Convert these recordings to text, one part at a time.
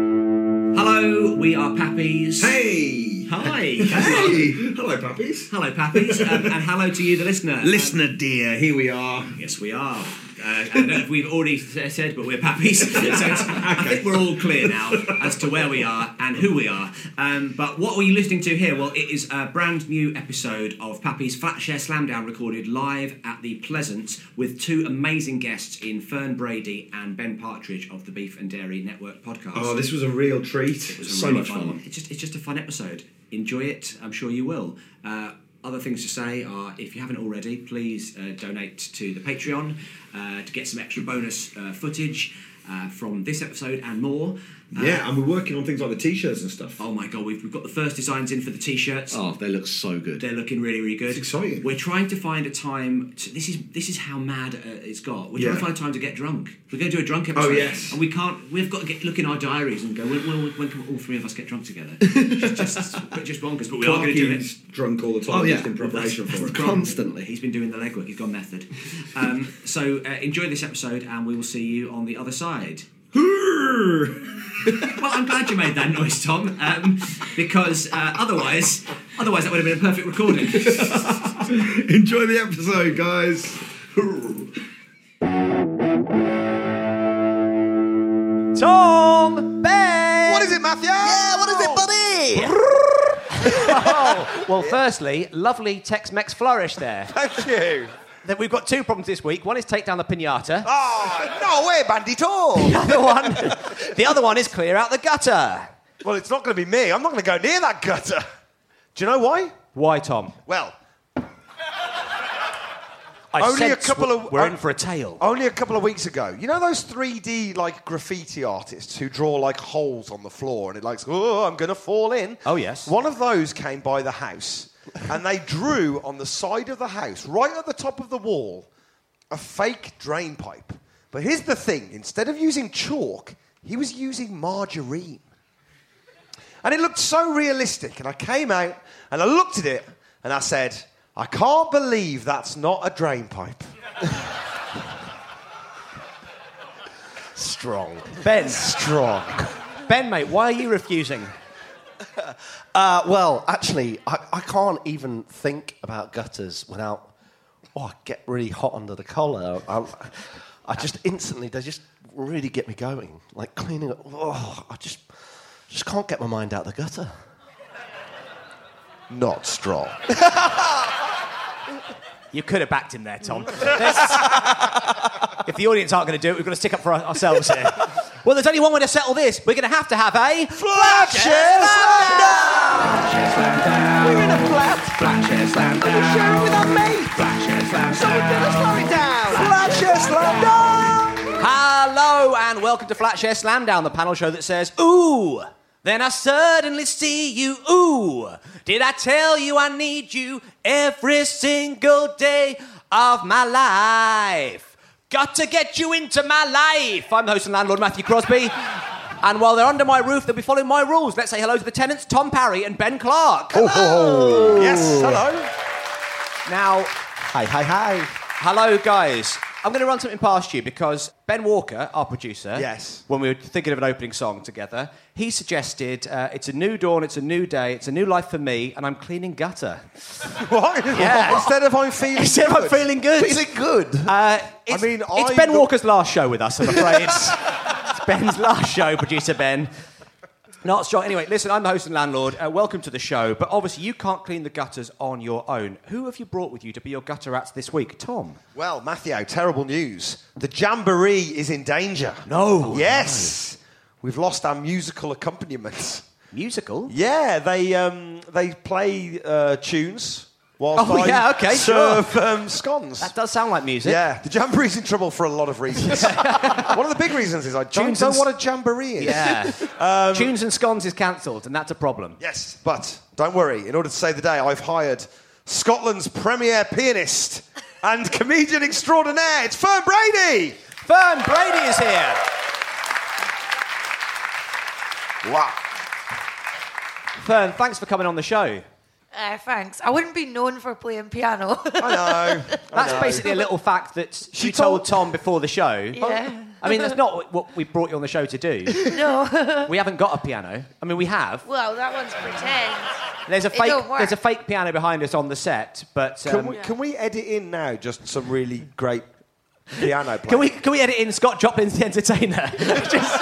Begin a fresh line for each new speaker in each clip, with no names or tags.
Hello, we are Pappies.
Hey!
Hi.
Hey! Hello, puppies.
Hello, Pappies. um, and hello to you, the listener.
Listener dear, here we are.
Um, yes, we are. Uh, I don't know if we've already s- said, but we're Pappies. so it's- I think we're all clear now as to where we are and who we are. Um, but what are you listening to here? Well, it is a brand new episode of Pappies Flatshare Slamdown recorded live at the Pleasance with two amazing guests in Fern Brady and Ben Partridge of the Beef and Dairy Network podcast.
Oh, this was a real treat.
It was a
so
really
much
fun.
fun.
It's just it's just a fun episode. Enjoy it. I'm sure you will. Uh, other things to say are if you haven't already, please uh, donate to the Patreon uh, to get some extra bonus uh, footage uh, from this episode and more. Uh,
Yeah, and we're working on things like the t-shirts and stuff.
Oh my god, we've, we've got the first designs in for the t-shirts.
Oh, they look so good.
They're looking really, really good. It's
exciting.
We're trying to find a time. To, this is this is how mad uh, it's got. We're trying to
Yeah. Oh,
find a time to get drunk. We're going to do a drunk episode.
yes.
And we can't. We've got to get look in our diaries and go. When, when, when can all three of us get drunk together? It's just, but just bonkers. But we are going to do it.
Clarky's drunk all the time,
Oh, yeah.
just in preparation for it.
Constantly.
He's been doing the legwork. He's gone method. Um, so uh, enjoy this episode, and we will see you on the other side. Well, I'm glad you made that noise, Tom, um, because uh, otherwise, otherwise that would have been a perfect recording.
Enjoy the episode, guys.
Tom Ben.
What is it, Matthew? Yeah, what is it, buddy?
Well, firstly, lovely Tex-Mex flourish there.
Thank you.
Then we've got two problems this week. One is take down the pinata.
Oh, no way, bandito.
The other one, the other one is clear out the gutter.
well, it's not going to be me. I'm not going to go near that gutter. Do you know why?
Why, Tom?
Well,
I
Only a
sense
couple
w-
of-
We're
I- Oh,
in for a tale.
only a couple of weeks ago, you know those 3D like graffiti artists who draw like holes on the floor and it like, oh, I'm going to fall in.
Oh, yes.
One of those came by the house and they drew on the side of the house, right at the top of the wall, a fake drain pipe. But here's the thing instead of using chalk, he was using margarine. And it looked so realistic. And I came out and I looked at it and I said, I can't believe that's not a drain pipe. Strong.
Ben,
Strong.
Ben, mate, why are you refusing?
Uh, well, actually, I, I can't even think about gutters without. Oh, I get really hot under the collar. I, I just instantly, they just really get me going. Like cleaning up. Oh, I just, just can't get my mind out the gutter.
Not strong.
You could have backed him there, Tom. There's- if the audience aren't going to do it, we've got to stick up for our- ourselves here. Well, there's only one way to settle this. We're going to have to have a
Flash We're in a flat. Are you sharing with our mates? Someone tell us slow it down. Flashes slam down.
Hello and welcome to Flatshare Slamdown, the panel show that says, Ooh, then I suddenly see you. Ooh, did I tell you I need you every single day of my life? Got to get you into my life. I'm the host and landlord, Matthew Crosby. And while they're under my roof, they'll be following my rules. Let's say hello to the tenants, Tom Parry and Ben Clark.
Oh.
Yes, hello.
Now,
Hi, hi, hi.
Hello, guys. I'm going to run something past you because Ben Walker, our producer,
Yes.
when we were thinking of an opening song together, he suggested uh, it's a new dawn, it's a new day, it's a new life for me, and I'm cleaning gutter.
What?
Yeah.
Instead of I'm feeling
Instead of I'm
good.
feeling good.
Feeling good.
Uh, it's,
I mean,
it's
I
Ben
don't-
Walker's last show with us, I'm afraid. it's Ben's last show, producer Ben. Not strong. Anyway, listen, I'm the host and landlord. Uh, welcome to the show. But obviously, you can't clean the gutters on your own. Who have you brought with you to be your gutter rats this week? Tom.
well, Matthew, terrible news. The jamboree is in danger.
No.
Yes. We've lost our musical accompaniment.
Musical?
Yeah, they um, they play uh, tunes whilst
Oh,
I
yeah, okay, sure.
serve um, scones.
That does sound like music.
yeah, the jamboree's in trouble for a lot of reasons. One of the big reasons is I don't
Tunes
know
and
what a jamboree is.
Yeah. Tunes and Scones is cancelled, and that's a problem.
Yes, but don't worry. In order to save the day, I've hired Scotland's premier pianist and comedian extraordinaire. It's Fern Brady.
Fern Brady is here.
Wow.
Fern, thanks for coming on the show.
Uh, thanks. I wouldn't be known for playing piano.
I know.
That's basically a little fact that she, told,
told-
Tom before the show.
Yeah.
I mean, that's not what we brought you on the show to do.
no.
We haven't got a piano. I mean, we have.
well, that one's pretend.
There's a
It
fake.
don't work.
There's a fake piano behind us on the set, but um,
Can, we, can we edit in now just some really great piano playing?
Can we can we edit in Scott Joplin's The Entertainer? Just-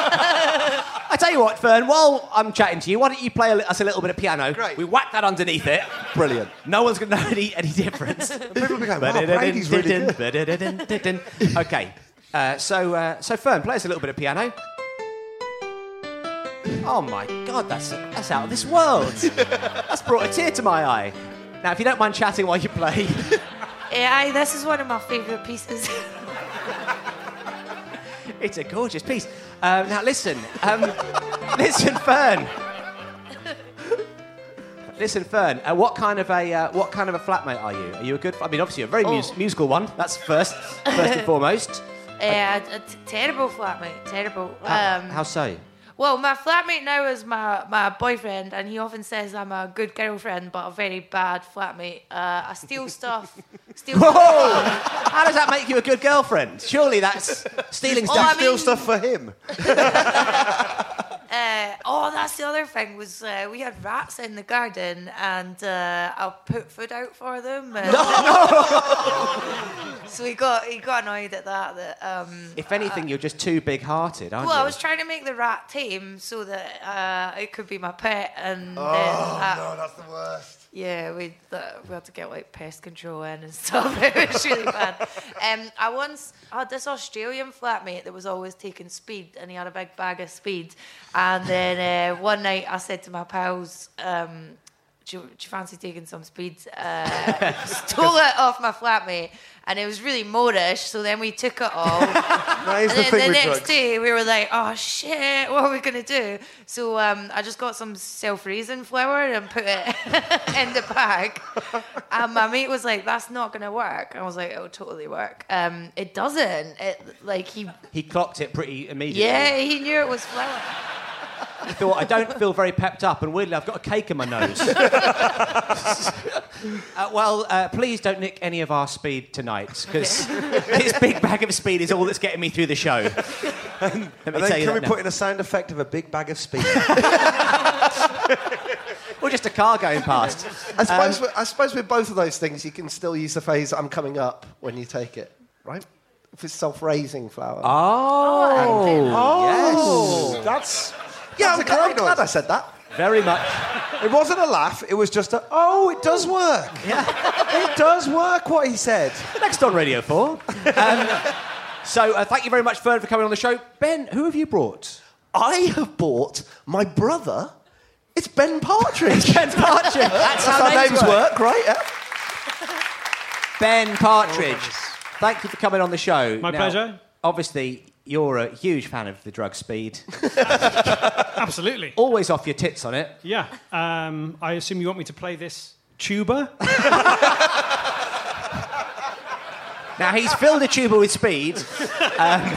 I tell you what, Fern. While I'm chatting to you, why don't you play a li- us a little bit of piano?
Great.
We whack that underneath it.
Brilliant.
No one's gonna know any, any difference.
People will be going, wow, Brady's really good.
okay. Uh, so uh, so Fern, play us a little bit of piano. Oh my God, that's that's out of this world. that's brought a tear to my eye. Now, if you don't mind chatting while you play,
Yeah, Uh, aye, this is one of my favourite pieces. Uh,
it's a gorgeous piece. Um, now, listen, um, listen, Fern. Listen, Fern. Uh, what kind of a uh, what kind of a flatmate are you? Are you a good? I mean, obviously, you're a very mus-
Oh.
musical one. That's first, first and foremost.
uh, a t- terrible flatmate. Terrible.
How,
um,
Uh, how so?
Well, my flatmate now is my, my boyfriend, and he often says I'm a good girlfriend, but a very bad flatmate. Uh, I steal stuff. steal
Whoa! How does that make you a good girlfriend? Surely that's stealing
Oh,
stuff.
I mean-
Steal stuff for him.
Uh, oh, that's the other thing was uh, we had rats in the garden, and uh, I put food out for them. and- so he got he got annoyed at that. That um,
If anything, you're just too big-hearted, aren't
well,
you?
I was trying to make the rat tame so that uh, it could be my pet, and then uh,
that's the worst.
Yeah, we that we had to get like pest control in and stuff. It was really bad. Um, I once had this Australian flatmate that was always taking speed, and he had a big bag of speed. And then uh, one night, I said to my pals, um, do, you, "Do you fancy taking some speed?" Uh, stole it off my flatmate, and it was really modish. So then we took it all.
That is the
And
thing
then the
with
next
drugs.
day, we were like, "Oh shit, what are we gonna do?" So um, I just got some self-raising flour and put it in the bag. And my mate was like, "That's not gonna work." I was like, "It'll totally work." Um, it doesn't. It like he,
He clocked it pretty immediately.
yeah, he knew it was flour.
He thought, I don't feel very pepped up, and weirdly, I've got a cake in my nose. Uh, well, uh, please don't nick any of our speed tonight, because this big bag of speed is all that's getting me through the show. Let me
And then
tell you
can we
that now.
put in a sound effect of a big bag of speed?
Or just a car going past.
I suppose,
Um,
with- I suppose with both of those things, you can still use the phrase "I'm coming up" when you take it, right? If it's self-raising flower.
Oh,
oh, that's that's
yeah, I'm,
a
glad,
great
I'm glad
noise.
I said that.
very much.
It wasn't a laugh. It was just a oh, it does work. it does work. What he said.
Next on Radio 4. Um, so uh, thank you very much, Fern, for coming on the show. Ben, who have you brought?
I have bought my brother. It's Ben Partridge.
Ben Partridge. That's,
That's how names work, right? Yeah.
Ben Partridge. Thank you for coming on the show.
My
Now,
pleasure.
Obviously, you're a huge fan of the drug speed.
Absolutely.
Always off your tits on it.
Yeah. Um, I assume you want me to play this tuba.
Now, he's filled a tuba with speed. Um,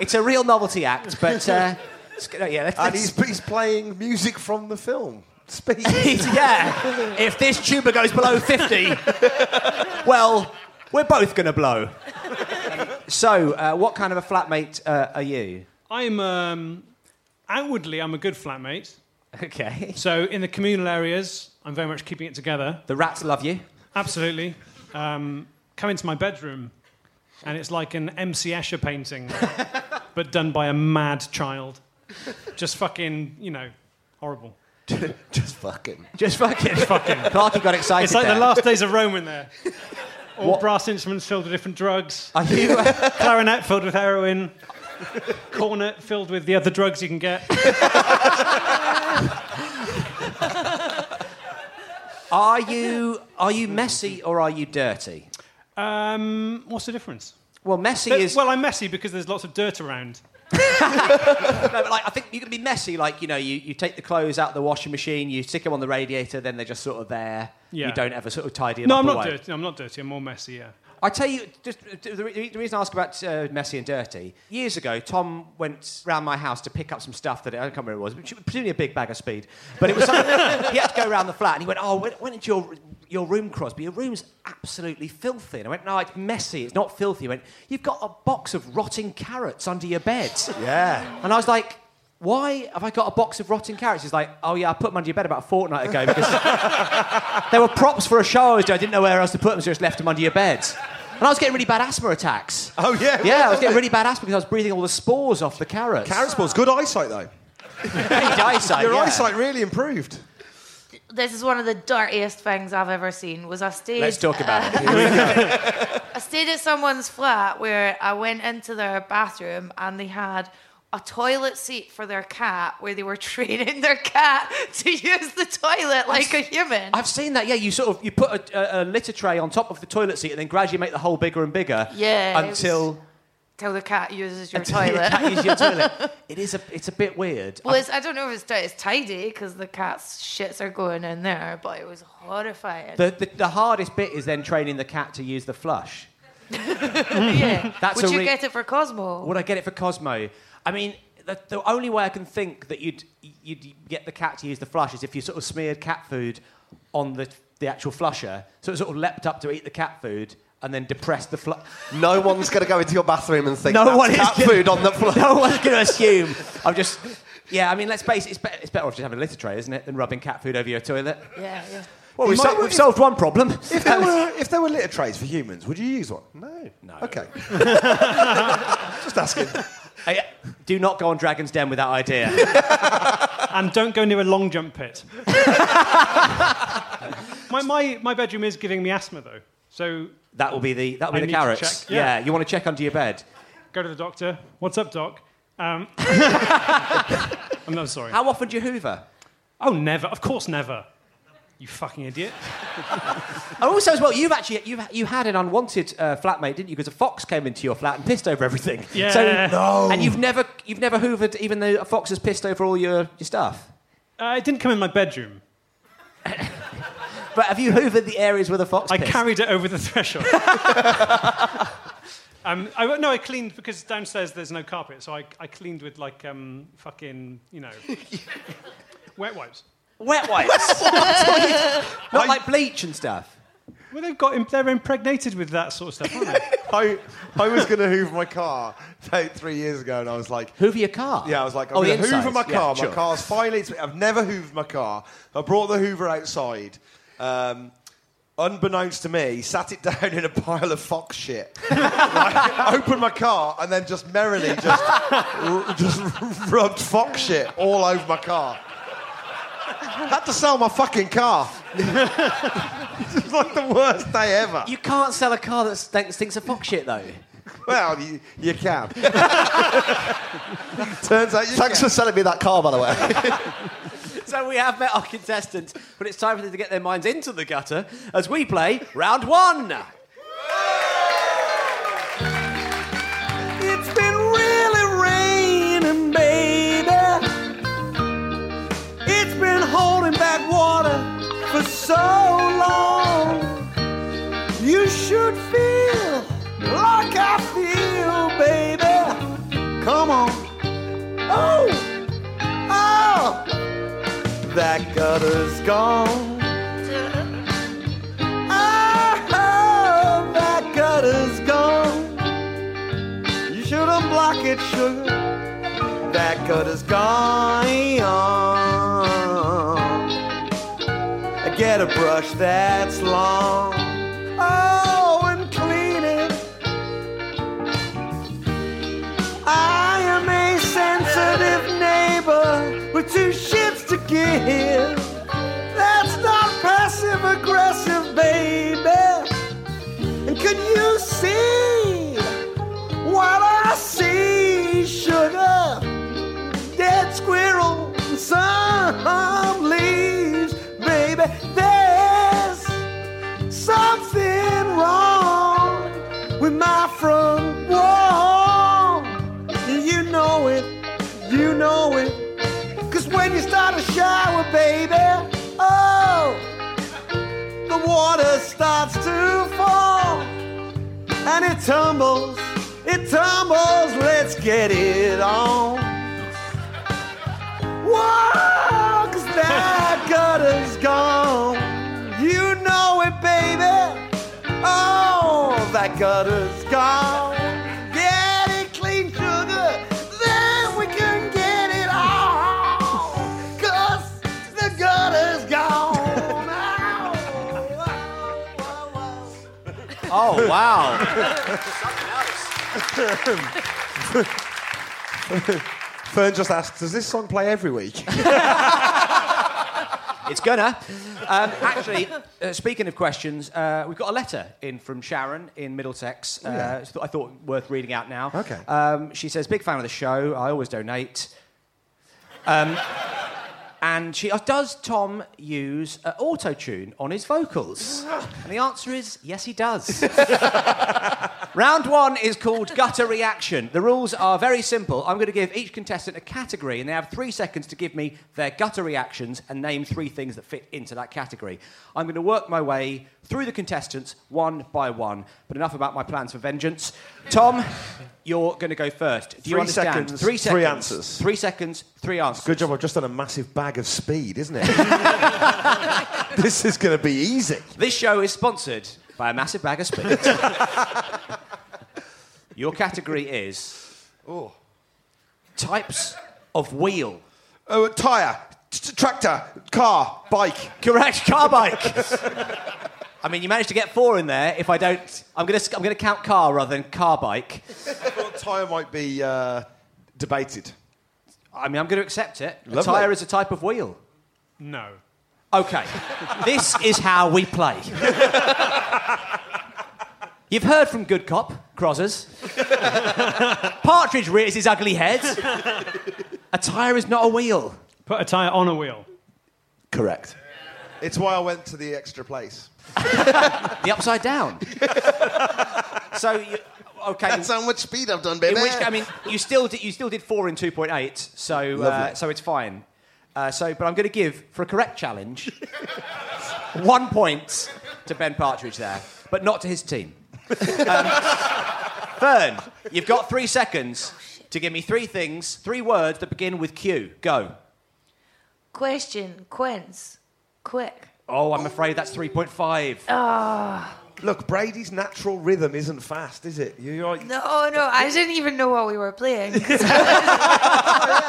it's a real novelty act, but... Uh, it's good- yeah, let's,
And
let's-
he's, he's playing music from the film. Speed.
yeah. If this tuba goes below 50, well, we're both going to blow. So, uh, what kind of a flatmate uh, are you?
I'm um, outwardly I'm a good flatmate.
Okay.
So in the communal areas, I'm very much keeping it together.
The rats love you.
Absolutely. Um, come into my bedroom, and it's like an M.C. Escher painting, but done by a mad child. Just fucking, you know, horrible.
Just fucking.
Just fucking.
Fucking.
Clarky got excited.
It's like
there.
the last days of Rome in there. All brass instruments filled with different drugs.
Are you? uh,
clarinet filled with heroin, cornet filled with the other drugs you can get.
Are you are you messy or are you dirty?
Um, what's the difference?
Well, messy
But-
is
Well, I'm messy because there's lots of dirt around.
No, but like I think you can be messy. Like you know, you, you take the clothes out of the washing machine, you stick them on the radiator, then they're just sort of there.
Yeah.
You don't ever sort of tidy them
No,
up.
I'm not
away.
dirty. I'm not dirty. I'm more messy. Yeah.
I tell you, just uh, the, re- the reason I ask about uh, messy and dirty. Years ago, Tom went round my house to pick up some stuff that I can't remember what it was, but presumably a big bag of speed. But it was something he had to go around the flat, and he went, "Oh, went, went into your your room, Crosby. Your room's absolutely filthy." And I went, "No, it's messy. It's not filthy." He went, "You've got a box of rotting carrots under your bed."
Yeah.
And I was like, why have I got a box of rotting carrots? He's like, oh yeah, I put them under your bed about a fortnight ago because they were props for a show I was doing. I didn't know where else to put them, so I just left them under your bed. And I was getting really bad asthma attacks.
Oh, yeah.
Yeah, I was getting really bad asthma because I was breathing all the spores off the carrots.
Carrot sports, good eyesight though.
Your eyesight,
Your
yeah.
eyesight really improved.
This is one of the dirtiest things I've ever seen. Was I stayed?
Let's talk about it.
I stayed at someone's flat where I went into their bathroom and they had a toilet seat for their cat where they were training their cat to use the toilet like a human.
I've seen that. Yeah, you sort of you put a, a, a litter tray on top of the toilet seat and then gradually make the hole bigger and bigger.
Yeah, it was-
Until
Till the cat uses your
until your
toilet.
cat uses your toilet. It is a it's a bit weird.
Well, it's, I don't know if it's, di- it's tidy because the cat's shits are going in there, but it was horrifying.
The, the, the hardest bit is then training the cat to use the flush.
yeah.
That's
Would
a
you
re-
get it for Cosmo?
Would I get it for Cosmo? I mean, the, the only way I can think that you'd you'd get the cat to use the flush is if you sort of smeared cat food on the the actual flusher, so it sort of leapt up to eat the cat food and then depressed the flush.
No one's going to go into your bathroom and think
No
that's
one is
cat
gonna-
food on the floor.
No one's going to assume. I'm just. Yeah, I mean, let's face it, it's, be- it's better off just having a litter tray, isn't it, than rubbing cat food over your toilet?
yeah, yeah.
Oh,
Well, we've,
might-
sol- we've solved one problem.
If there were if there were litter trays for humans, would you use one? No.
No.
Okay. Just asking.
I- do not go on Dragon's Den with that idea.
And don't go near a long jump pit. my, my, my bedroom is giving me asthma though. So
That will be the that will
I
be the
need to
carrots.
check, yeah.
you want to check under your bed.
go to the doctor. What's up, doc? Um, I'm not sorry.
How often do you Hoover?
Oh, never. Of course, never. You fucking idiot.
And also, as well, you've actually you've you had an unwanted uh, flatmate, didn't you? Because a fox came into your flat and pissed over everything.
Yeah.
So,
No.
And you've never you've never hoovered, even though a fox has pissed over all your, your stuff.
Uh, it didn't come in my bedroom.
But have you hoovered the areas where the fox?
I
pissed?
carried it over the threshold. um, I, no, I cleaned because downstairs there's no carpet, so I, I cleaned with like um, fucking, you know, wet wipes.
wet wipes. Not like bleach and stuff.
Well, they've got, im- they're impregnated with that sort of stuff, aren't they?
I I was gonna hoover my car about three years ago and I was like
Hoover your car.
Yeah, I was like, I'm
oh, the
going to hoover
insides.
my
Yeah,
car.
sure.
My car's finally. It's, I've never hoovered my car. I brought the hoover outside. Um, unbeknownst to me, sat it down in a pile of fox shit. Right? Opened my car and then just merrily just, r- just rubbed fox shit all over my car. Had to sell my fucking car. It's like the worst day ever.
You can't sell a car that stinks, stinks of fox shit, though.
well, you, you can. Turns out you
Thanks for
can.
selling me that car, by the way.
So we have met our contestants, but it's time for them to get their minds into the gutter as we play round one. It's been really raining, baby. It's been holding back water for so long. You should feel like I feel, baby. Come on. Oh, oh. That gutter's gone. Oh, that gutter's gone. You shouldn't block it, sugar. That gutter's gone. I get a brush that's long. Oh, and clean it. I am a sensitive neighbor with two shits to give. That's not passive aggressive, baby. And could you see what I see, sugar? Dead squirrel, some leaves, baby. There oh,
tumbles, it tumbles, let's get it on. Whoa, 'cause that gutter's gone. You know it, baby. Oh, that gutter's gone. Get it clean, sugar. Then we can get it all. Cause the gutter's gone. Oh, oh, oh,
Oh, wow.
Fern just asked, does this song play every week?
It's gonna. Um, actually, uh, speaking of questions, uh, we've got a letter in from Sharon in Middlesex. Uh, I thought worth reading out now.
Oh, Okay.
Um, she says, "Big fan of the show. I always donate." Um, and she uh, does Tom use uh, auto tune on his vocals? And the answer is yes, he does. Round one is called Gutter Reaction. The rules are very simple. I'm going to give each contestant a category, and they have three seconds to give me their gutter reactions and name three things that fit into that category. I'm going to work my way through the contestants one by one. But enough about my plans for vengeance. Tom, you're going to go first. Do you
Three
understand?
seconds,
three
three
seconds.
answers.
Three seconds, three answers.
Good job, I've just done a massive bag of speed, isn't it? this is going to be easy.
This show is sponsored by a massive bag of spit. Your category is types of wheel.
Oh, a tyre, t- t- tractor, car, bike.
Correct, car bike. I mean, you managed to get four in there. If I don't, I'm going to I'm going to count car rather than car bike.
I thought tyre might be uh, debated.
I mean, I'm going to accept it. A
Lovely.
tire is a type of wheel.
No.
Okay, this is how we play. You've heard from Good Cop, Crozzers. Partridge rears his ugly head. A tyre is not a wheel.
Put a tyre on a wheel.
Correct.
It's why I went to the extra place.
The upside down. so, you, okay.
That's how much speed I've done,
in
baby.
which, I mean, you still did, you still did four in 2.8, so, uh,
Lovely.
so it's fine. Uh, so, but I'm going to give, for a correct challenge, one point to Ben Partridge there, but not to his team. Um, Fern, you've got three seconds to give me three things, three words that begin with Q. Go.
Question, Quince, quick.
Oh, I'm afraid that's 3.5.
Look, Brady's natural rhythm isn't fast, is it? You- You're
No, no, I didn't even know what we were playing.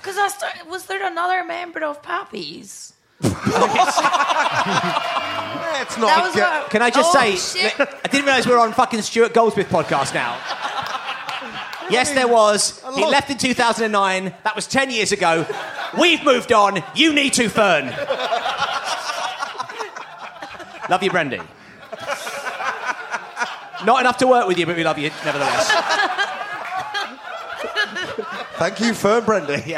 Because I started, was there another member of Pappy's?
Let's
That was what.
Can I just
oh,
say,
shit.
I didn't realise we were on fucking Stuart Goldsmith podcast now. yes, there was. He
lot.
left in 2009. That was 10 years ago. We've moved on. You need to, Fern. love you, Brendy. Not enough to work with you, but we love you nevertheless.
Thank you, Fern Brendy.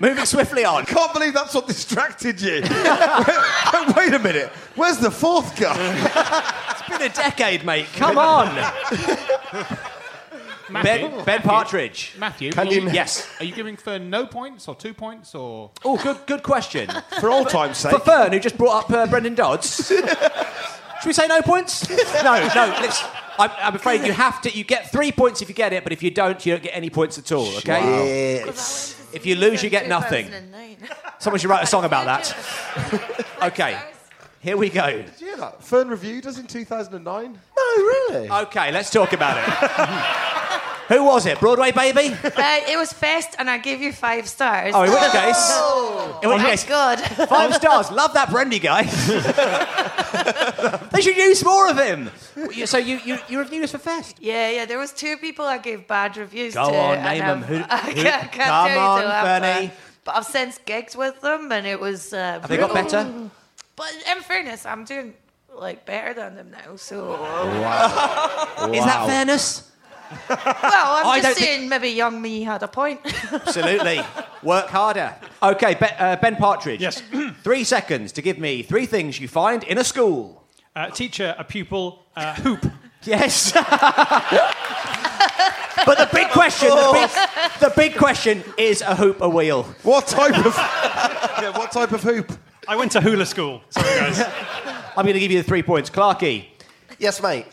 Moving swiftly on.
Can't believe that's what distracted you. wait, wait a minute. Where's the fourth guy?
It's been a decade, mate. Come on. Ben, ben Partridge.
Matthew,
Can
are you,
you-
Yes.
are you giving Fern no points or two points or?
Oh, good, good question.
For all time's sake.
For Fern, who just brought up uh, Brendan Dodds. Should we say no points? No, no. Let's, I'm, I'm afraid you have to. You get three points if you get it, but if you don't, you don't get any points at all. Okay. If you lose, you get nothing.
2009.
Someone should write a song about that. Okay. Here we go.
Did you hear that? Fern reviewed us in 2009.
No, really?
Okay, let's talk about it. Who was it? Broadway Baby?
Uh, it was Fest, and I gave you five stars. Oh,
Oh, in which case. In which
my
case,
God.
Five stars. Love that Brendy guy. they should use more of him. So you, you, you reviewed us for Fest.
Yeah, yeah. There was two people I gave bad reviews
Go
to.
on,
and
name 'em.
I've-
Who-
I
who-
can't, I can't
come
tell you
on,
till after.
Fernie.
But I've since gigged with them, and it was. Uh,
Have they got
brutal.
better?
But in fairness, I'm doing like better than them now. So,
Is that fairness?
well, I'm
I don't
just
think-
saying maybe young me had a point.
Absolutely. Work harder. Okay, Be- uh, Ben Partridge.
Yes.
three seconds to give me three things you find in a school.
Uh, teacher, a pupil, uh, hoop.
Yes. but the big question, the, big, the big question is a hoop, a wheel.
What type of? yeah, what type of hoop?
I went to hula school. Sorry, guys.
I'm going to give you the three points. Clarky,
Yes, mate.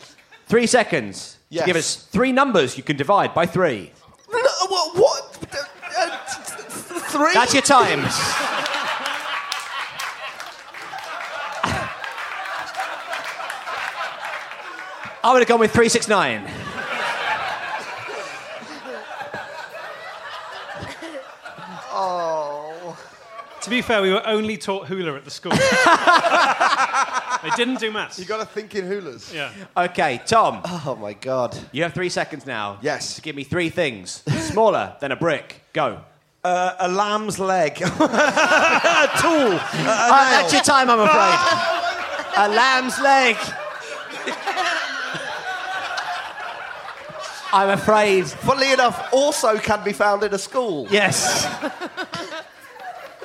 Three seconds
Yes.
to give us three numbers you can divide by three.
No, what? what? Uh, th- th- three?
That's your time. I would have gone with 369.
Oh.
To be fair, we were only taught hula at the school. they didn't do maths. You
got to think in hulas.
Yeah.
Okay, Tom.
Oh, my God.
You have three seconds now.
Yes.
To give me three things smaller than a brick. Go.
Uh, a lamb's leg. a tool. A- a
Uh,
nail.
that's your time, I'm afraid. a lamb's leg. I'm afraid.
Funnily enough, also can be found in a school.
Yes.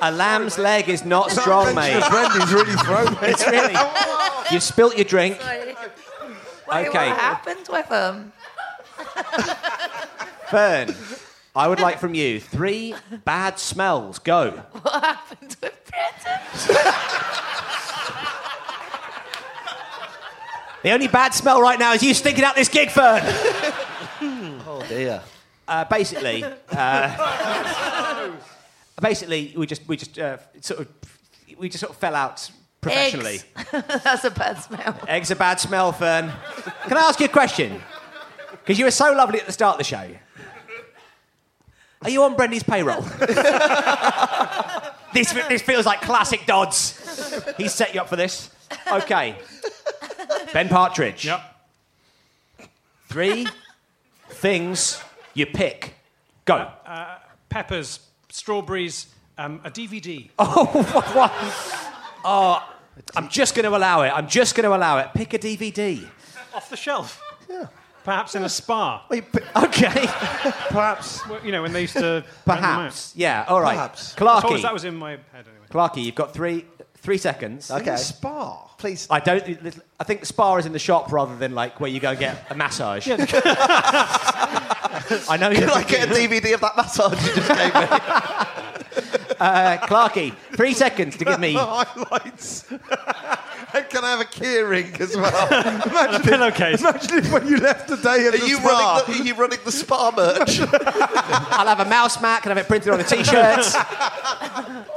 A lamb's leg is not strong, mate.
Brendan's really thrown me.
It's really. You've spilt your drink.
Sorry. Wait,
Okay.
What happened with him?
Fern, I would like from you three bad smells. Go.
What happened with Brendan?
The only bad smell right now is you stinking out this gig, Fern.
Oh, dear.
Uh, basically, uh, basically, we just we just uh, sort of we just sort of fell out professionally.
Eggs. That's a bad smell.
Eggs are bad smell, Fern. Can I ask you a question? Because you were so lovely at the start of the show. Are you on Brendy's payroll? this, this feels like classic Dodds. He's set you up for this. Okay. Ben Partridge.
Yep.
Three things you pick. Go.
Peppers, strawberries, um, a DVD.
What? Oh, I'm just going to allow it. I'm just going to allow it. Pick a DVD.
Off the shelf. Perhaps in a spa.
Okay.
Perhaps.
Well, You know, when they used to. rent them out.
Perhaps. Yeah. All right.
Perhaps.
That's always-
Clarky.
That was in my head anyway.
Clarky, you've got three three seconds.
Okay.
Spa.
Please.
I don't. I think the spa is in the shop rather than like where you go and get a massage. I know you're
Can I get a DVD of that massage you just gave me?
uh, Clarky, three seconds to give me.
Highlights. and can I have a keyring as well?
And a pillowcase.
Imagine if when you left today at
Are
the
you,
spa-
running the, are you running the spa merch?
I'll have a mouse mat. Can have it printed on a t-shirt.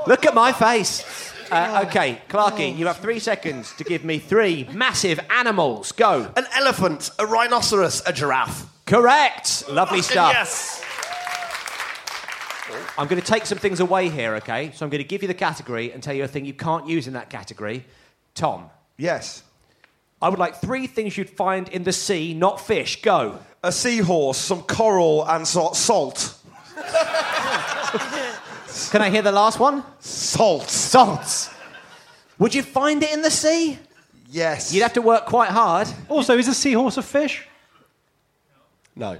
Look at my face. Uh, okay,
Oh.
Clarky, you have three seconds to give me three massive animals. Go.
An elephant, a rhinoceros, a giraffe.
Correct. Lovely stuff.
Yes.
I'm going to take some things away here, okay? So I'm going to give you the category and tell you a thing you can't use in that category. Tom,
Yes.
I would like three things you'd find in the sea, not fish. Go.
A seahorse, some coral, and so- salt.
Can I hear the last one?
Salt.
Salts. Would you find it in the sea?
Yes.
You'd have to work quite hard.
Also, is a seahorse a fish?
No.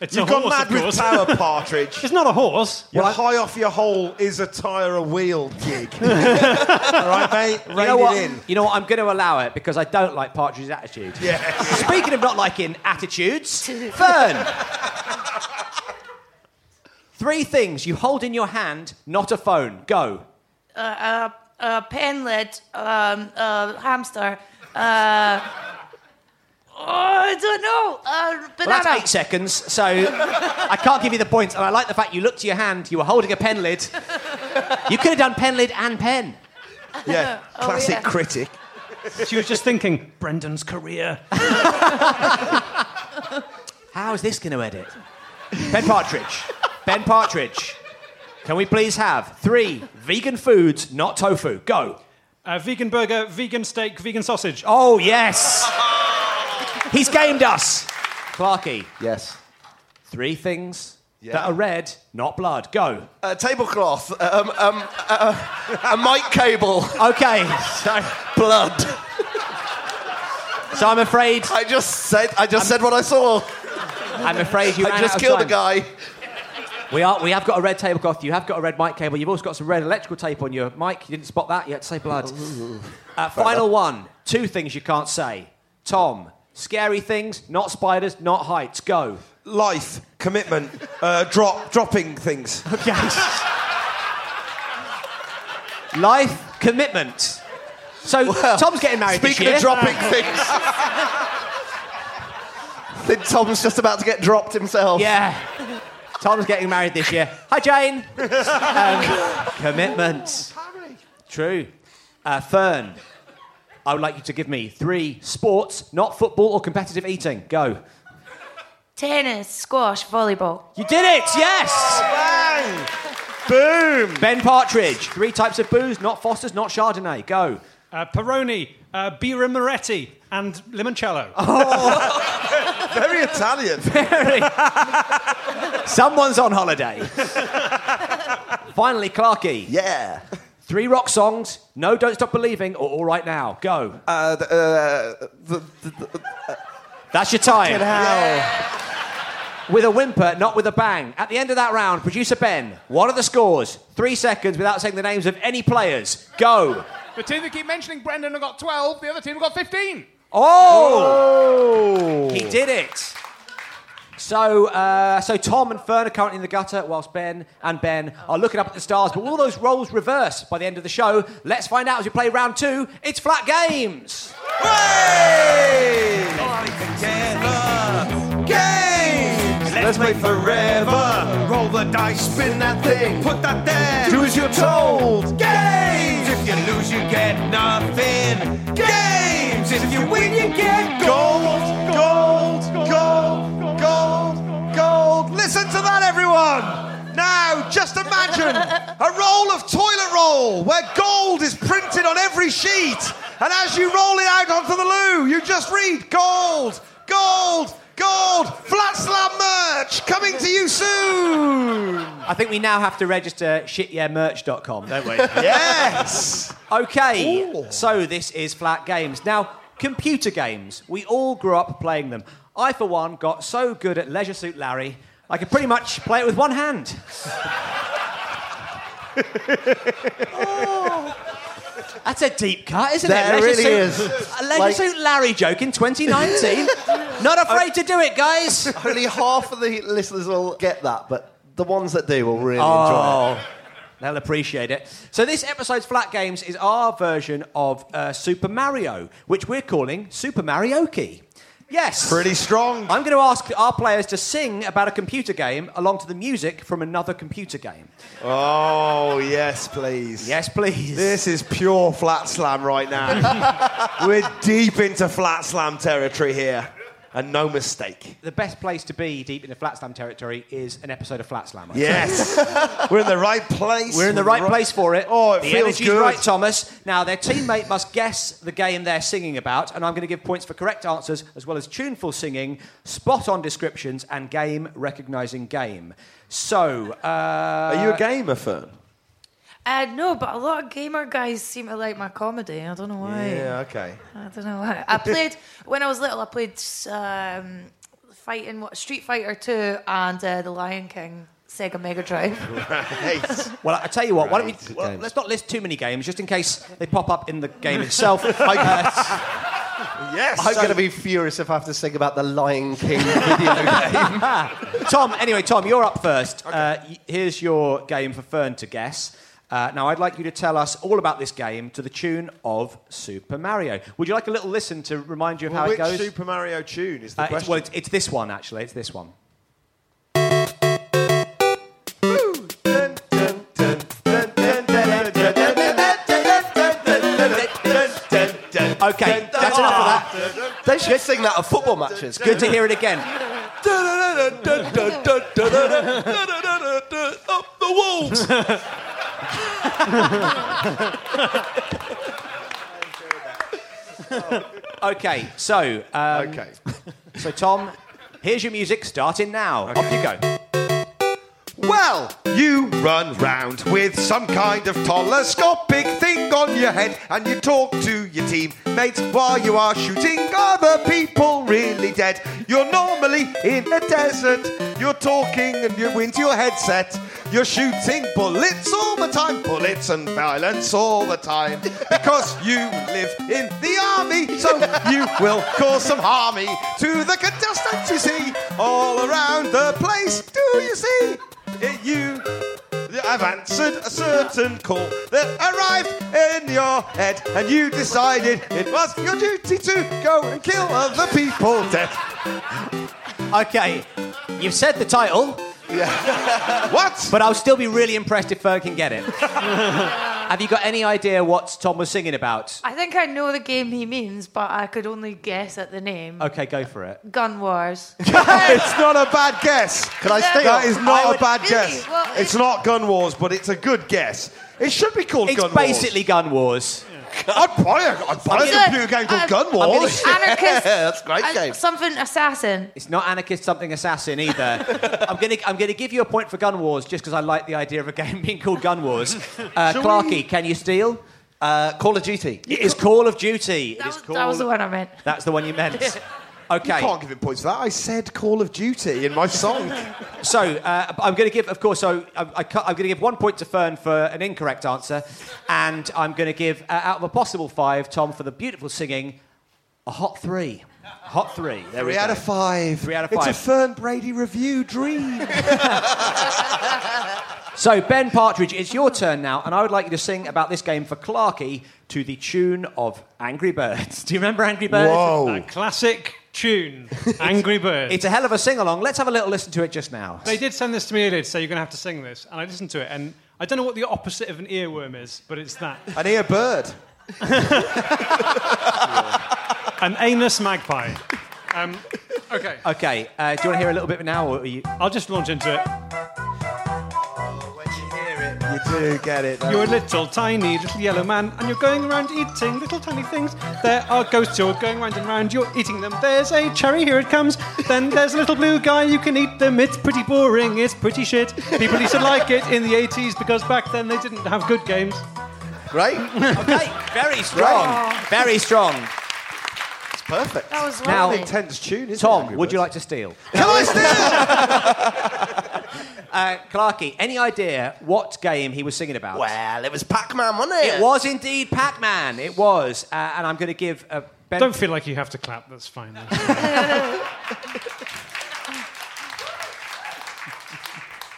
It's
You've
a
gone
horse,
mad
of
with
course.
power, Partridge.
it's not a horse.
You're high off your hole is a tire a wheel gig. All right, mate? Rein
You know,
it
what?
in.
you know what? I'm going to allow it because I don't like Partridge's attitude.
Yes.
Speaking of not liking attitudes, Fern. Three things you hold in your hand, not a phone. Go.
A pen lid, um, a hamster. Uh, oh, I don't know. Uh,
Well,
banana.
that's eight seconds, so I can't give you the points. And I like the fact you looked to your hand, you were holding a pen lid. You could have done pen lid and pen.
Yeah.
Oh,
Classic
yeah.
critic.
She was just thinking, Brendan's career.
How is this going to edit? Ben Partridge. Ben Partridge. Can we please have three vegan foods, not tofu? Go.
A vegan burger, vegan steak, vegan sausage.
Oh, yes. He's gamed us. Clarky,
Yes.
three things that are red, not blood. Go.
A Uh, tablecloth, um, um, uh, a mic cable,
Okay. So,
blood.
so I'm afraid.
I just said. I just said what I saw.
I'm afraid you.
I
ran out
just
of
killed a
time.
guy.
We are. We have got a red tablecloth. You have got a red mic cable. You've also got some red electrical tape on your mic. You didn't spot that. You had to say blood. Uh, final one. Two things you can't say. Tom. Scary things. Not spiders. Not heights. Go.
Life, commitment, uh, drop, dropping things.
Okay. Life commitment. So Tom's getting married
Speaking
this year.
of dropping things, Then Tom's just about to get dropped himself.
Yeah. Tom's getting married this year. Hi, Jane. um, commitment. True. Uh, Fern, I would like you to give me three sports, not football or competitive eating. Go.
Tennis, squash, volleyball.
You did it! Yes! Boom! Ben Partridge, three types of booze, not Foster's, not Chardonnay. Go.
Uh, Peroni, uh, Bira Moretti, and Limoncello.
Very Italian.
Someone's on holiday. Finally, Clarky.
Yeah.
Three rock songs, No Don't Stop Believing, or All Right Now. Go.
Uh, the, uh, the, the,
That's your time. With a whimper, not with a bang. At the end of that round, producer Ben, what are the scores? Three seconds without saying the names of any players. Go.
The team that keep mentioning Brendan have got 12, the other team have got 15.
Oh! He did it. So, uh, so Tom and Fern are currently in the gutter, whilst Ben and Ben are looking up at the stars. But will those roles reverse by the end of the show? Let's find out as we play round two. It's flat games.
Let's play forever. Roll the dice, spin that thing, put that there. Do as you're told. Games. If you lose, you get nothing. Games. If you win, you get gold. Gold. Gold. Gold. Gold. Listen to that, everyone. Now, just imagine a roll of toilet roll where gold is printed on every sheet. And as you roll it out onto the loo, you just read gold, gold, Gold Flat Slab merch coming to you soon.
I think we now have to register shityeahmerch.com, don't we?
Yes.
Okay, so this is flat games. Now, computer games. We all grew up playing them. I, for one, got so good at Leisure Suit Larry, I could pretty much play it with one hand. Oh. That's a deep cut, isn't
That
it?
really
Suit-
is.
A Leisure
Like-
Suit Larry joke in 2019. Not afraid to do it, guys.
Only half of the listeners will get that, but the ones that do will really enjoy
Oh, they'll appreciate it. So this episode's Flat Games is our version of uh, Super Mario, which we're calling Super Marioki. Yes.
Pretty strong.
I'm going to ask our players to sing about a computer game along to the music from another computer game.
Oh, yes, please.
Yes, please.
This is pure flat slam right now. We're deep into flat slam territory here, and no mistake.
The best place to be deep in the Flat Slam territory is an episode of Flat Slam. I
Yes. We're in the right place.
We're in the right place for it.
Oh, it
the
feels
energy's
good.
right, Thomas. Now their teammate must guess the game they're singing about, and I'm going to give points for correct answers as well as tuneful singing, spot-on descriptions, and game recognizing game. So, uh,
Are you a gamer, Fern?
Uh, no, but a lot of gamer guys seem to like my comedy. I don't know why.
okay.
I don't know why. I played when I was little. I played um, fighting what Street Fighter Two and uh, The Lion King Sega Mega Drive.
well, I tell you what. why don't we?
Right,
Well,
games.
let's not list too many games, just in case they pop up in the game itself. uh,
Yes.
I'm going to be furious if I have to sing about the Lion King video game.
Tom, anyway, Tom, you're up first. Uh, y- here's your game for Fern to guess. Uh, now, I'd like you to tell us all about this game to the tune of Super Mario. Would you like a little listen to remind you of how
Which
it goes?
Super Mario tune is the
Uh, it's,
question?
well, it's, it's this one, actually. It's this one. Okay, that's enough of that.
They should sing that at football matches.
Good to hear it again.
Up the wolves.
Okay, so um,
Okay.
so Tom, here's your music starting now. Off you go.
Well, you run round with some kind of telescopic thing on your head, and you talk to your teammates while you are shooting other people really dead. You're normally in a desert. You're talking and you're into your headset. You're shooting bullets all the time, bullets and violence all the time, because you live in the army, so you will cause some harmy to the contestants. You see all around the place. Do you see? It, you. Yeah, I've answered a certain call that arrived in your head, and you decided it was your duty to go and kill other people dead.
Okay, you've said the title.
what?
But I'll still be really impressed if Ferg can get it. Have you got any idea what Tom was singing about?
I think I know the game he means, but I could only guess at the name.
Okay, go for it.
Gun Wars.
it's not a bad guess.
Can I stay
That
on?
is not
I would-
a bad
Really?
guess.
Well,
it's
it's-
not Gun Wars, but it's a good guess. It should be called
It's
Gun
basically
Wars.
Gun Wars.
I'd buy a, I'd buy
gonna-
a computer game called
I'm-
Gun
I'm
gonna-
Wars.
um, Anarchist.
Yeah, that's a great
uh,
game.
Something assassin.
It's not anarchist something assassin either. I'm gonna I'm gonna give you a point for Gun Wars just because I like the idea of a game being called Gun Wars. Uh, Clarky, can you steal?
Uh, Call of Duty.
It is Call of Duty.
That
it is
was,
Call.
that was the one I meant.
That's the one you meant.
I
Okay,
can't give him points for that. I said Call of Duty in my song.
so uh, I'm going to give, of course, so I, I am going to give one point to Fern for an incorrect answer, and I'm going to give, uh, out of a possible five, Tom for the beautiful singing, a hot three. Hot three. There we
Three
go.
out of five.
Three out of
It's a
five.
Fern Brady review dream.
So, Ben Partridge, it's your turn now, and I would like you to sing about this game for Clarky to the tune of Angry Birds. Do you remember Angry Birds?
A classic tune, Angry Birds.
It's a hell of a sing along. Let's have a little listen to it just now.
They did send this to me earlier to say you're going to have to sing this, and I listened to it, and I don't know what the opposite of an earworm is, but it's that.
An ear bird.
An anus magpie. Um, okay,
Okay, uh, do you want to hear a little bit now, or are you?
I'll just launch into it.
You do get it.
You're a little tiny little yellow man, and you're going around eating little tiny things. There are ghosts, you're going round and round, you're eating them. There's a cherry, here it comes. Then there's a little blue guy, you can eat them. It's pretty boring, it's pretty shit. People used to like it in the 80s because back then they didn't have good games.
Right?
Okay, very strong, very strong.
It's perfect.
That was
Now-
an
lovely.
intense tune, isn't it?
Tom,
Angry
would you
Birds?
like to steal?
Can I steal?
Uh, Clarky, any idea what game he was singing about?
Well, it was Pac-Man, wasn't it?
It was indeed Pac-Man. It was, uh, and I'm going to give uh, Ben.
Don't feel like you have to clap, that's fine.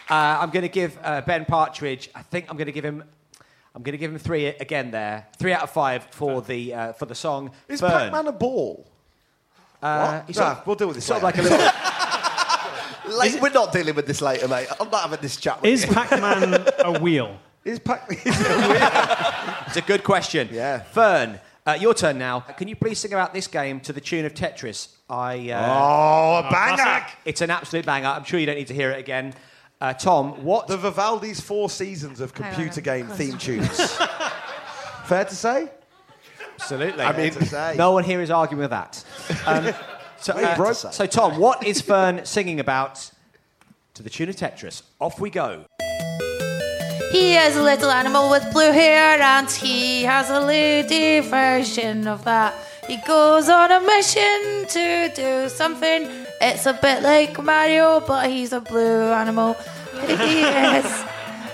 Uh, I'm going to give uh, Ben Partridge. I think I'm going to give him. I'm going to give him three again. There, three out of five for the uh, for the song.
Is
Burn.
Pac-Man a ball?
Uh,
What?
he's
Nah,
sort of-
we'll deal with this
Sort of
later.
like a little.
Like, we're not dealing with this later, mate. I'm not having this chat with
Is
you.
Pac Man a wheel?
Is Pac-Man?
it's a good question.
Yeah.
Fern, uh, your turn now. Can you please sing about this game to the tune of Tetris? I. Uh,
oh, a banger!
It's an absolute banger. I'm sure you don't need to hear it again. Uh, Tom, what?
The Vivaldi's four seasons of
on.
computer game theme tunes. Fair to say?
Absolutely.
I mean- Fair to say.
no one here is arguing with that. Um, so,
Wait,
uh,
bro.
so, Tom, what is Fern singing about to the tune of Tetris? Off we go.
He is a little animal with blue hair, and he has a lady version of that. He goes on a mission to do something. It's a bit like Mario, but he's a blue animal. He is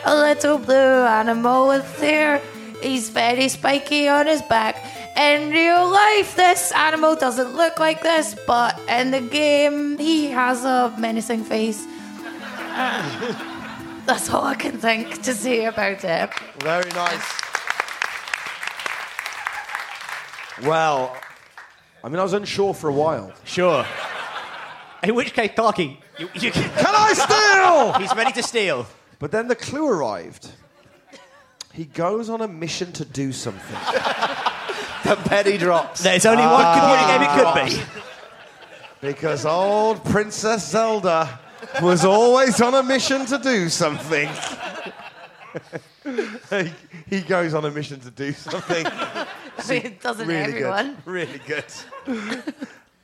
a little blue animal with hair. He's very spiky on his back. In real life, this animal doesn't look like this, but in the game, he has a menacing face. That's all I can think to say about it.
Very nice. Well, I mean, I was unsure for a while.
Sure. In which case, Clarky, you, you,
Can I steal?
he's ready to steal.
but then the clue arrived. He goes on a mission to do something.
The penny drops.
There's only one computer game it could be.
Because old Princess Zelda was always on a mission to do something. he, he goes on a mission to do something.
I mean, doesn't
really
everyone?
good. Really good.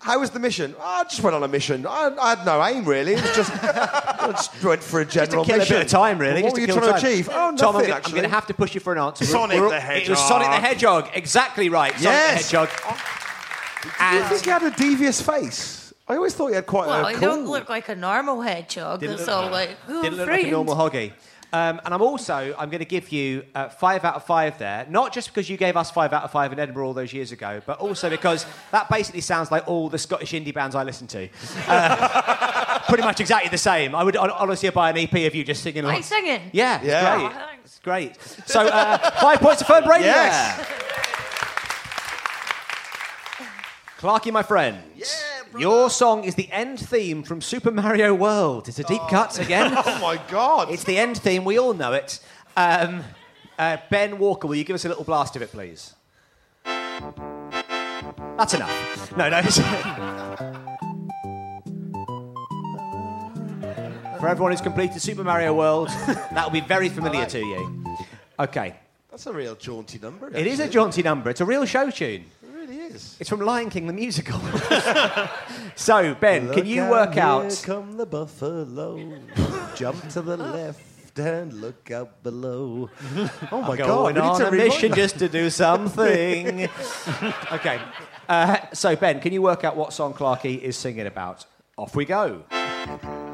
How was the mission? Oh, I just went on a mission. I, I had no aim really. It was just, I just went for a general
Kill a
mission.
bit of time, really.
But What
just
were you
kill
trying to
time.
achieve? Oh, nothing
Tom, I'm gonna- I'm
actually.
going to have to push you for an answer.
Sonic the
It was Sonic the
Hedgehog.
Hedgehog. Exactly right.
Yes.
Sonic the
I
Hedgehog.
think he had a devious face. I always thought he had quite
Well,
a
you
cool.
don't look like a normal hedgehog.
Uh, Didn't
It's
look-
all like, who
And didn't look like a normal hoggy. Um, and I'm also I'm going to give you uh, five out of five there, not just because you gave us five out of five in Edinburgh all those years ago, but also because that basically sounds like all the Scottish indie bands I listen to. Uh, pretty much exactly the same. I would hon- honestly buy an EP of you just singing.
Are you
lots-
singing?
Yeah,
Yeah.
it's great.
Oh, thanks.
It's great. So uh, five points to Fern Brady.
Yes.
Clarky, my friend. Your song is the end theme from Super Mario World. It's a deep cut again.
Oh my god.
It's the end theme. We all know it. Um, uh, ben Walker, will you give us a little blast of it, please? That's enough. No, no. For everyone who's completed Super Mario World, that will be very familiar to you. Okay.
That's a real jaunty number.
It is a
actually.
jaunty number. It's a real show tune.
It really is.
It's from Lion King the musical. so, Ben, can you work out?
come the buffalo. Jump to the left and look out below.
Oh my
going
god.
on
we
a
need to
mission just to do something. okay. Uh, so, Ben, can you work out what song Clarkey is singing about? Off we go.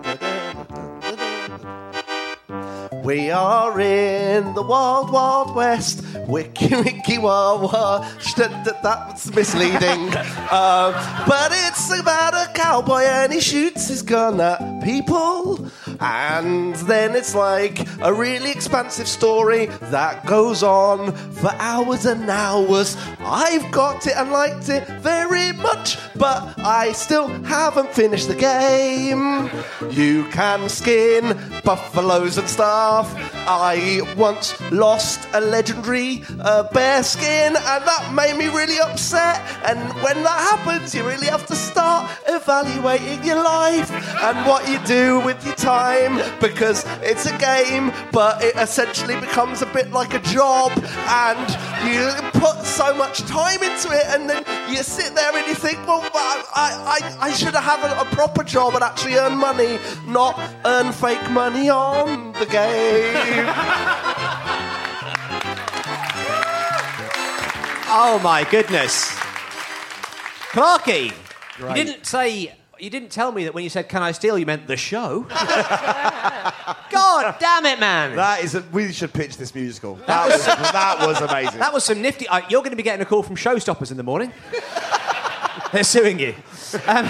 We are in the wild, wild west. Wiki, wiki, wah, wah. Sh- that- that- That's misleading. um, but it's about a cowboy and he shoots his gun at people. And then it's like a really expansive story that goes on for hours and hours. I've got it and liked it very much, but I still haven't finished the game. You can skin buffaloes and stuff. I once lost a legendary uh, bear skin, and that made me really upset. And when that happens, you really have to start evaluating your life and what you do with your time because it's a game, but it essentially becomes a bit like a job, and you put so much time into it, and then you sit there and you think, well, I, I, I should have had a proper job and actually earn money, not earn fake money on the game.
Oh my goodness, Clarkey! You didn't say. You didn't tell me that when you said "Can I steal?" you meant the show. God damn it, man! That,
That is. A, we should pitch this musical. That was. that was amazing.
was some nifty. Uh, you're going to be getting a call from Showstoppers in the morning. They're suing you. Um,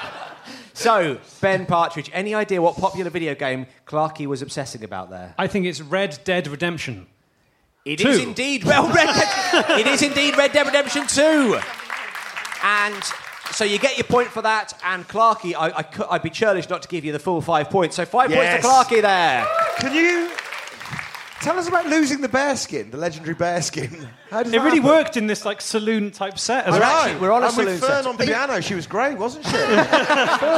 so, Ben Partridge, any idea what popular video game Clarkey was obsessing about there?
I think it's Red Dead Redemption.
It is
Two.
indeed well Red Dead, It is indeed Red Dead Redemption 2. And so you get your point for that. And Clarkey, I, I, cou- I'd be churlish not to give you the full five points. So five
Yes.
points to Clarkey there.
Can you tell us about losing the bear skin, the legendary bear skin? How does
It
that
really
happen?
worked in this like saloon type set as
I
We're
well.
know.
actually- we're on a
and
saloon
with Fern
set.
on piano, she was great, wasn't she? Fern,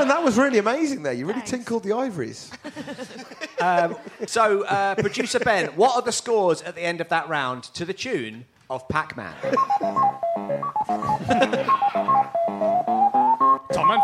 that was really amazing there. You really tinkled the ivories.
So, uh, producer Ben, what are the scores at the end of that round to the tune of Pac Man?
Tom and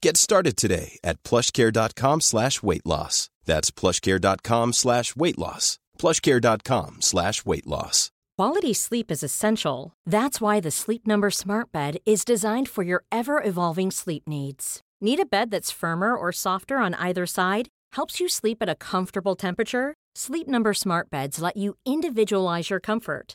Get started today at plushcare.com slash weight loss. That's plushcare.com slash weight loss. plushcare.com slash weight loss.
Quality sleep is essential. That's why the Sleep Number Smart Bed is designed for your ever evolving sleep needs. Need a bed that's firmer or softer on either side? Helps you sleep at a comfortable temperature? Sleep Number Smart Beds let you individualize your comfort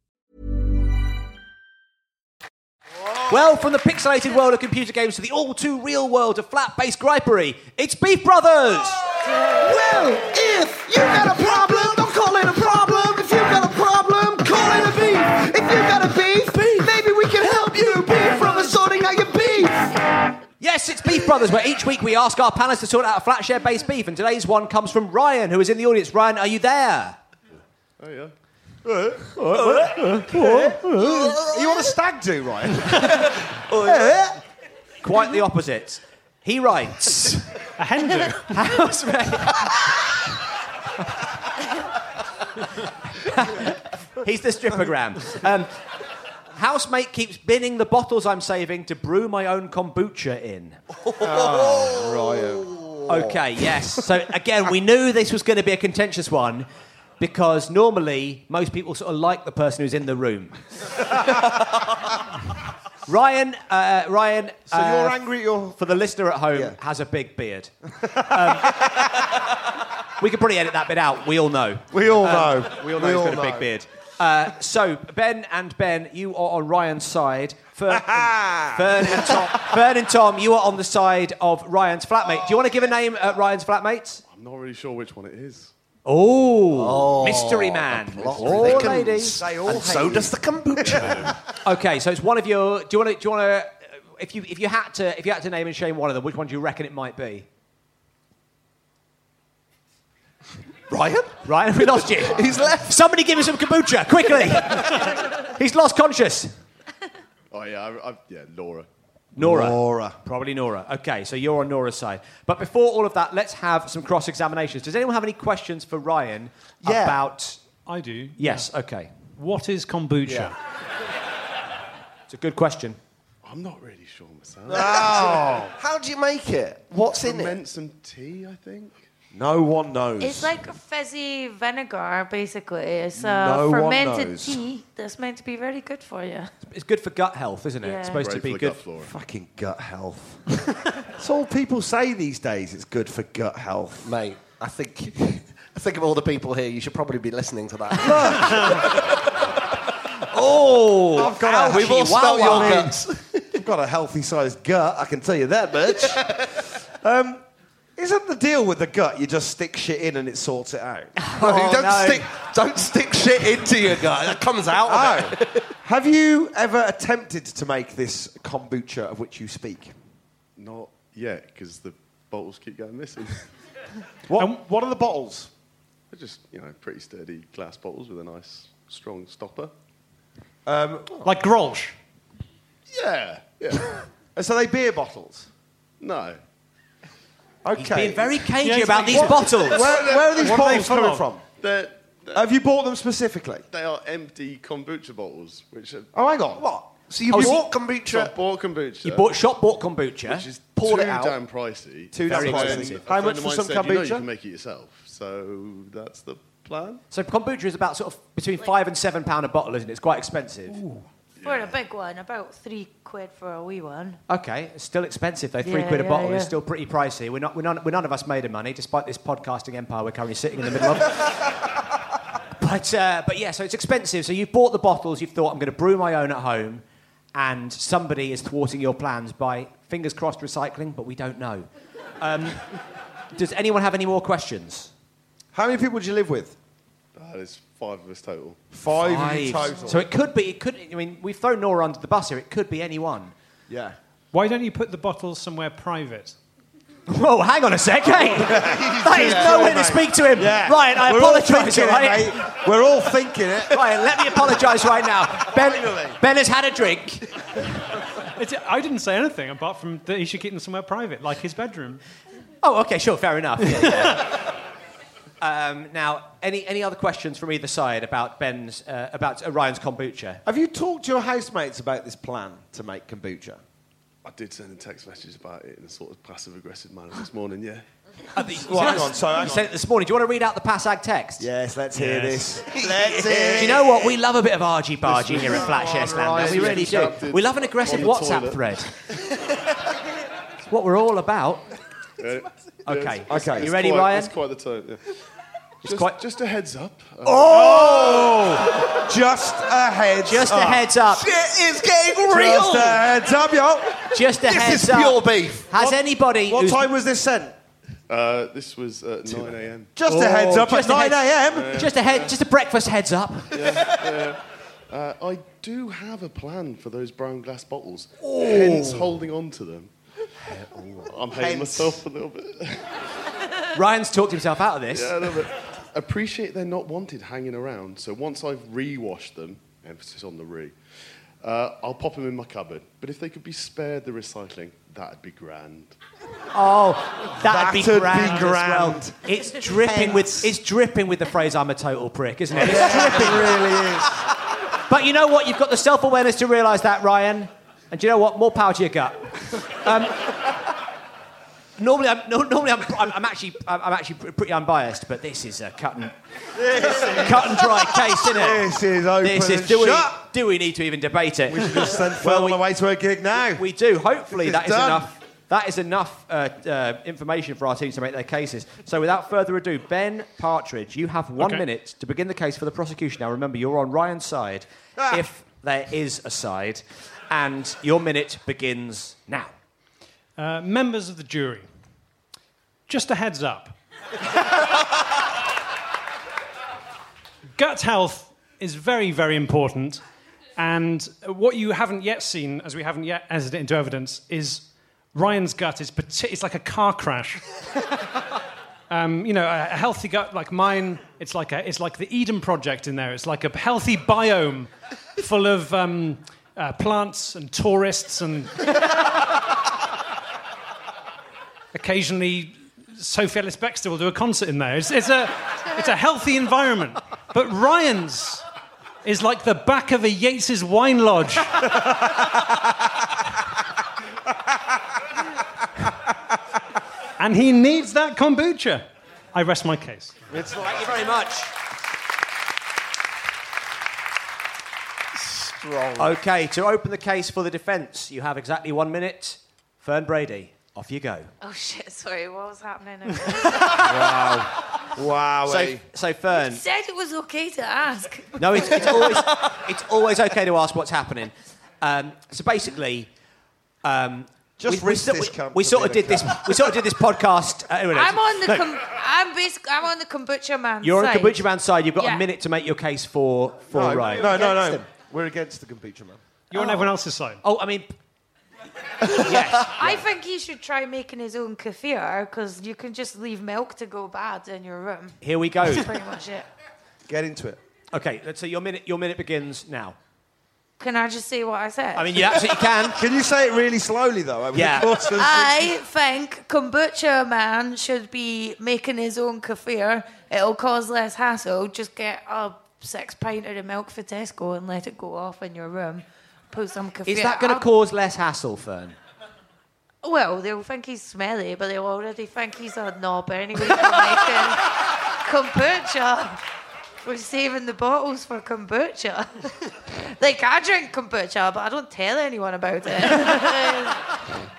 Well, from the pixelated world of computer games to the all too real world of flat based gripery, it's Beef Brothers!
Well, if you got a problem, don't call it a problem. If you got a problem, call it a beef. If you got a beef, maybe we can help you. Beef from assorting out your beef.
Yes, it's Beef Brothers, where each week we ask our panelists to sort out a flat share Oh, based beef, and today's one comes from Ryan, who is in the audience. Ryan, are you there? Oh, you want a stag do, Ryan? Oh, Quite the opposite. He writes a hen do. He's the strippogram. Um, housemate keeps binning the bottles I'm saving to brew my own kombucha in. Okay, yes. So again, we knew this was going to be a contentious one because normally most people sort of like the person who's in the room. Ryan, uh, Ryan.
So you're
Uh,
angry at your. For the listener at home, has a big beard. Um, we could probably edit that bit out. We all know.
We all
uh,
Um,
know.
we all know
We
he's
all
got a big
know.
beard. Uh, so Ben and Ben, you are on Ryan's side. Fern, Fern and Tom, Fern and Tom, you are on the side of Ryan's flatmate. Do you want to give a name at Ryan's flatmate?
I'm not really sure which one it is.
Oh, mystery man or lady.
and so does the kombucha.
Okay, so it's one of your. Do you want to? Do you want to? If you if you had to if you had to name and shame one of them, which one do you reckon it might be? Ryan? Ryan, we lost you. He's left. Somebody give him some kombucha quickly. He's lost conscious.
Oh yeah, I, I, yeah, Laura.
Nora. Nora. Probably Nora. Okay, so you're on Nora's side. But before all of that, let's have some cross examinations. Does anyone have any questions for Ryan about.
I do.
Yes, okay.
What is kombucha?
It's a good question.
I'm not really sure myself.
How do you make it? What's in it?
Ferment some tea, I think.
No one knows.
It's like a fizzy vinegar, basically. It's a
No one
fermented
knows.
tea that's meant to be very good for you.
It's good for gut health, isn't it?
Yeah.
It's supposed
Great
to be
for
good.
gut flora. Fucking gut health. It's all people say these days. It's good for gut health,
mate. I think. I think of all the people here, you should probably be listening to that.
oh,
I've got a,
ouchie, We've all smelt wow, your wow. guts.
I've got a healthy sized gut. I can tell you that much. um, isn't the deal with the gut? You just stick shit in and it sorts it out.
Oh,
don't
no.
stick. Don't stick shit into your gut. It comes out. Of it. Oh. Have you ever attempted to make this kombucha of which you speak?
Not yet, because the bottles keep going missing.
What? what are the bottles?
They're just you know pretty sturdy glass bottles with a nice strong stopper.
Um,
Like Grolsch.
Yeah, yeah.
so they beer bottles.
No.
Okay.
being very cagey Yeah, he's about being- these bottles.
Where, where are these
What are they
bottles coming
from?
from?
They're,
Have you bought them specifically?
they are empty kombucha bottles, which are.
Oh, hang on. What? So you
Oh, so
bought
you-
kombucha?
So I bought kombucha.
You bought shop bought kombucha,
Which is
poured
too
it out.
damn pricey.
Too damn
Very
pricey.
expensive.
How
A friend
much
of
for
mine
some
said, You know you
kombucha?"
can make it yourself. So that's the plan.
So kombucha is about sort of between five and seven pound a bottle, isn't it? It's quite expensive.
For a big one, about three quid for a wee one.
Okay, it's still expensive though. Three
Yeah,
quid a
yeah,
bottle
yeah.
is still pretty pricey. We're not, we're none, we're none of us made of money, despite this podcasting empire we're currently sitting in the middle of. but uh, but yeah, so it's expensive. So you've bought the bottles. You've thought I'm going to brew my own at home, and somebody is thwarting your plans by fingers crossed recycling, but we don't know. Um, does anyone have any more questions?
How many people do you live with?
Uh, there's five of us total.
Five, in
Five.
total.
So it could be. It could. I mean, we've thrown Nora under the bus here. It could be anyone.
yeah.
Why don't you put the bottles somewhere private?
Whoa, hang on a sec, hey! that is
Yeah.
no
Yeah,
way to
mate.
speak to him.
Yeah.
Ryan, I
We're all
apologise,
thinking it,
right?
We're all thinking it.
Ryan, let me apologise right now. Ben, ben has had a drink.
It's, I didn't say anything apart from that he should keep them somewhere private, like his bedroom.
Oh, okay, sure, fair enough. Yeah, yeah. um, now, any, any other questions from either side about Ben's uh, about uh, Ryan's kombucha?
Have you talked to your housemates about this plan to make kombucha?
I did send a text message about it in a sort of passive aggressive manner this morning, yeah.
Uh, the-
Well, hang on, so hang
you said it this morning. Do you want to read out the PASAG text?
Yes, let's
hear
this. Let's hear
Do you know what? We love a bit of argy bargy here at Flat Chest Land.
Ryan,
We really do.
interrupted
We love an aggressive
on the
WhatsApp
toilet.
thread. it's what we're all about.
Okay.
Okay. Okay. You ready, Ryan?
It's quite the time. Yeah. just,
quite-
just a heads up. Uh,
Oh! Just a heads
Just a
up.
heads up.
Shit is getting real.
Just
Just
a
a heads up, yo.
Just a
this
heads
is
up.
pure beef.
Has anybody?
What
who's-
time was this sent?
Uh, this was at 9 a.m.
Just
Oh,
a heads up at
just a
9
heads-
a.m.
Just a head. Just a breakfast heads up.
Uh, I do have a plan for those brown glass bottles, hence holding on to them. I'm hating
Hence.
myself a little bit.
Ryan's talked himself out of this.
yeah, a little bit. appreciate they're not wanted hanging around. So once I've re-washed them, emphasis on the re, uh, I'll pop them in my cupboard. But if they could be spared the recycling, that'd be grand.
Oh, that'd, be
That'd be
grand. as well.
grand.
It's dripping with it's dripping with the phrase "I'm a total prick," isn't it? It's dripping.
really is.
But you know what? You've got the self awareness to realise that, Ryan. And do you know what? More power to your gut. Um, normally, I'm, no, normally I'm, I'm, I'm actually I'm I'm actually pr- pretty unbiased, but this is a cut and cut and dry case, isn't it?
This is open
This is
and
do
shut.
we do we need to even debate it?
We should just send Phil
Well,
on the way to a gig now.
We do. Hopefully,
It's
that is
done.
enough. That is enough uh, uh, information for our teams to make their cases. So, without further ado, Ben Partridge, you have one
Okay.
minute to begin the case for the prosecution. Now, remember, you're on Ryan's side,
Ah.
if there is a side, and your minute begins now.
Uh, members of the jury, just a heads up. Gut health is very, very important. And what you haven't yet seen, as we haven't yet entered it into evidence, is Ryan's gut is parti- it's like a car crash. Um, you know, a, a healthy gut like mine, it's like, a, it's like the Eden Project in there. It's like a healthy biome full of um, uh, plants and tourists and occasionally Sophie Ellis Bextor will do a concert in there. It's, it's, a, it's a healthy environment. But Ryan's is like the back of a Yates's wine lodge. and he needs that kombucha. I rest my case.
Thank you very much. Okay, to open the case for the defence, you have exactly one minute. Fern Brady, off you go.
Oh shit! Sorry, what was happening?
Wow.
wow. eh?
So, so Fern,
Said it was okay to ask.
No, it's, it's, always, it's always okay to ask what's happening. Um, so basically, um,
Just
we, we,
rinse
so-
this
we-
cunt
we
for
sort of
being
did
a
this.
cunt.
We sort of did this podcast. Uh, anyway,
I'm on the
look,
com- I'm basic. I'm on the kombucha man.
You're on a
side.
kombucha man side. You've got
Yeah.
a minute to make your case for for
No,
Ryan.
no, no, no.
We're against the kombucha man.
You're on everyone else's side.
Oh, I mean,
I think he should try making his own kefir because you can just leave milk to go bad in your room.
Here we go.
That's pretty much it.
Get into it. Okay, let's say your minute. Your minute begins now.
Can I just say what I said?
I mean, you absolutely can. Can you say it really slowly though?
over the
yeah. Uh,
course of-
I think kombucha man should be making his own kefir. It'll cause less hassle. Just get a six pint of the milk for Tesco and let it go off in your room. Put some kefir.
Is that going to
I'll-
cause less hassle, Fern?
Well, they'll think he's smelly, but they'll already think he's a knob anyway for making kombucha. We're saving the bottles for kombucha. like, I drink kombucha, but I don't tell anyone about it.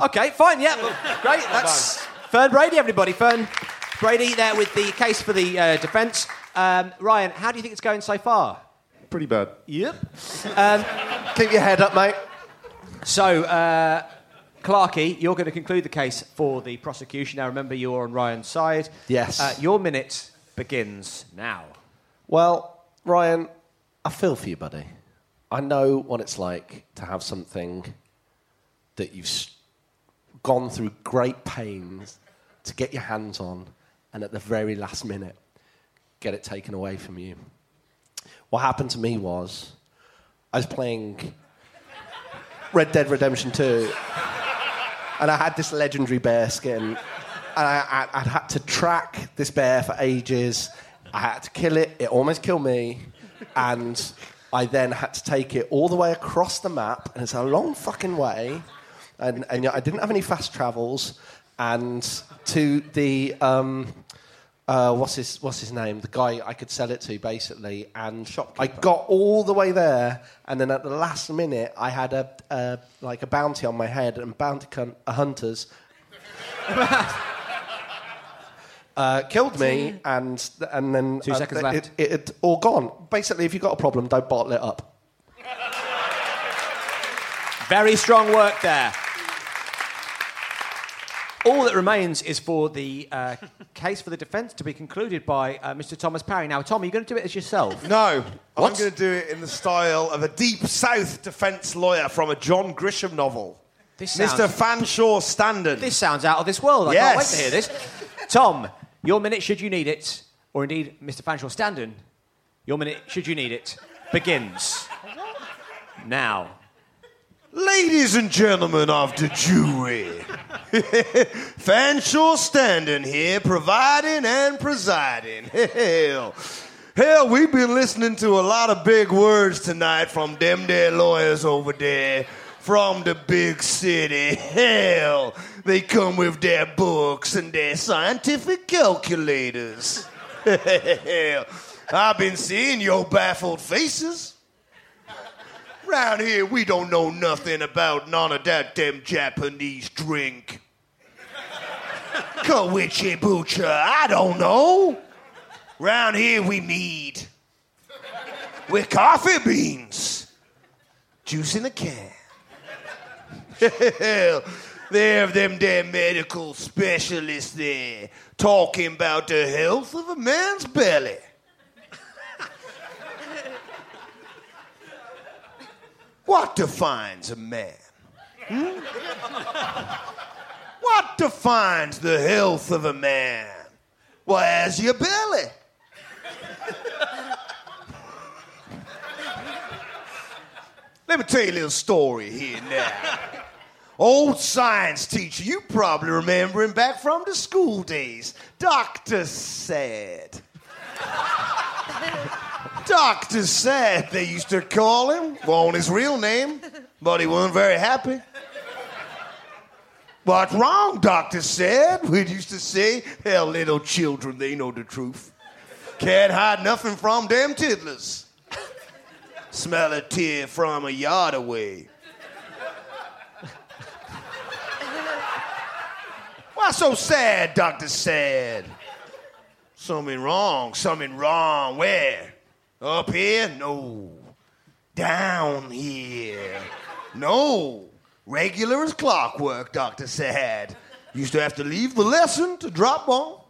Okay, fine, yeah, well, great. That's Fern Brady, everybody. Fern Brady there with the case for the uh, defence. Um, Ryan, how do you think it's going so far?
Pretty bad.
Yep. Um, Keep your head up, mate. So, uh, Clarkey, you're going to conclude the case for the prosecution. Now, remember, you're on Ryan's side.
Yes.
Uh, your minute begins now.
Well, Ryan, I feel for you, buddy. I know what it's like to have something that you've s- gone through great pains to get your hands on, and at the very last minute, get it taken away from you. What happened to me was I was playing Red Dead Redemption 2, and I had this legendary bear skin, and I, I, I'd had to track this bear for ages. I had to kill it, it almost killed me, and I then had to take it all the way across the map, and it's a long fucking way, and, and I didn't have any fast travels, and to the. Um, uh, what's his what's his name? The guy I could sell it to, basically, and I got all the way there, and then at the last minute, I had a, a like a bounty on my head, and bounty cun- uh, hunters uh, killed me, and and then
Two
uh,
seconds
it-
left.
It, it, all gone. Basically, if you've got a problem, don't bottle it up.
Very strong work there. All that remains is for the uh, case for the defence to be concluded by uh, Mr. Thomas Parry. Now, Tom, are you going to do it as yourself?
No.
What?
I'm going to do it in the style of a deep south defence lawyer from a John Grisham novel.
This
Mr.
sounds-
Fanshawe Standard.
This sounds out of this world. I can't wait to hear this. Tom, your minute, should you need it, or indeed Mr. Fanshawe Standen, your minute, should you need it, begins now.
Ladies and gentlemen of the jury, Fanshawe standing here, providing and presiding. Hell, hell, we've been listening to a lot of big words tonight from them there lawyers over there from the big city. Hell, they come with their books and their scientific calculators. Hell, I've been seeing your baffled faces. Round here, we don't know nothing about none of that damn Japanese drink. Koichi Bucha, I don't know. Round here, we need. We're coffee beans. Juice in a can. Hell, they have them damn medical specialists there talking about the health of a man's belly. What defines a man? Hmm? What defines the health of a man? Well, as your belly. Let me tell you a little story here now. Old science teacher, you probably remember him back from the school days. Dr. Sad. Dr. Sad, they used to call him. Won't his real name, but he wasn't very happy. What's wrong, Dr. Sad? We used to say, hell, little children, they know the truth. Can't hide nothing from them tiddlers. Smell a tear from a yard away. Why so sad, Dr. Sad? Something wrong, something wrong. Where? Up here? No. Down here? No. Regular as clockwork, Dr. Sad. Used to have to leave the lesson to drop on.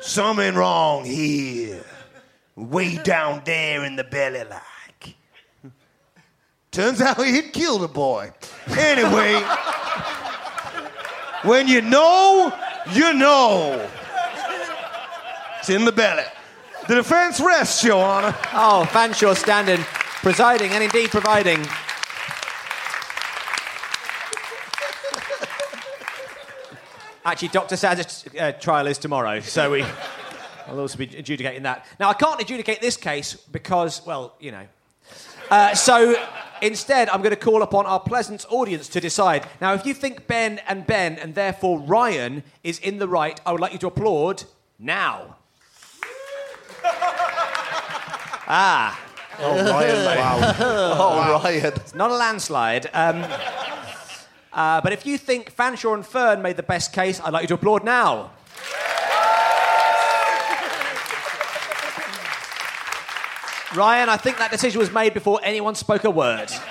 Something wrong here. Way down there in the belly line. Turns out he'd killed a boy. Anyway, when you know, you know. It's in the belly. The defense rests, Your Honor.
Oh, Fanshawe standing, presiding, and indeed providing. Actually, Dr. Sad's uh, trial is tomorrow, so we, I'll also be adjudicating that. Now, I can't adjudicate this case because, well, you know. Uh, so instead, I'm going to call upon our pleasant audience to decide. Now, if you think Ben and Ben, and therefore Ryan, is in the right, I would like you to applaud now. Ah.
Oh, Ryan, mate. Wow. Oh,
Ryan. It's not a landslide. Um, uh, but if you think Fanshawe and Fern made the best case, I'd like you to applaud now. Ryan, I think that decision was made before anyone spoke a word.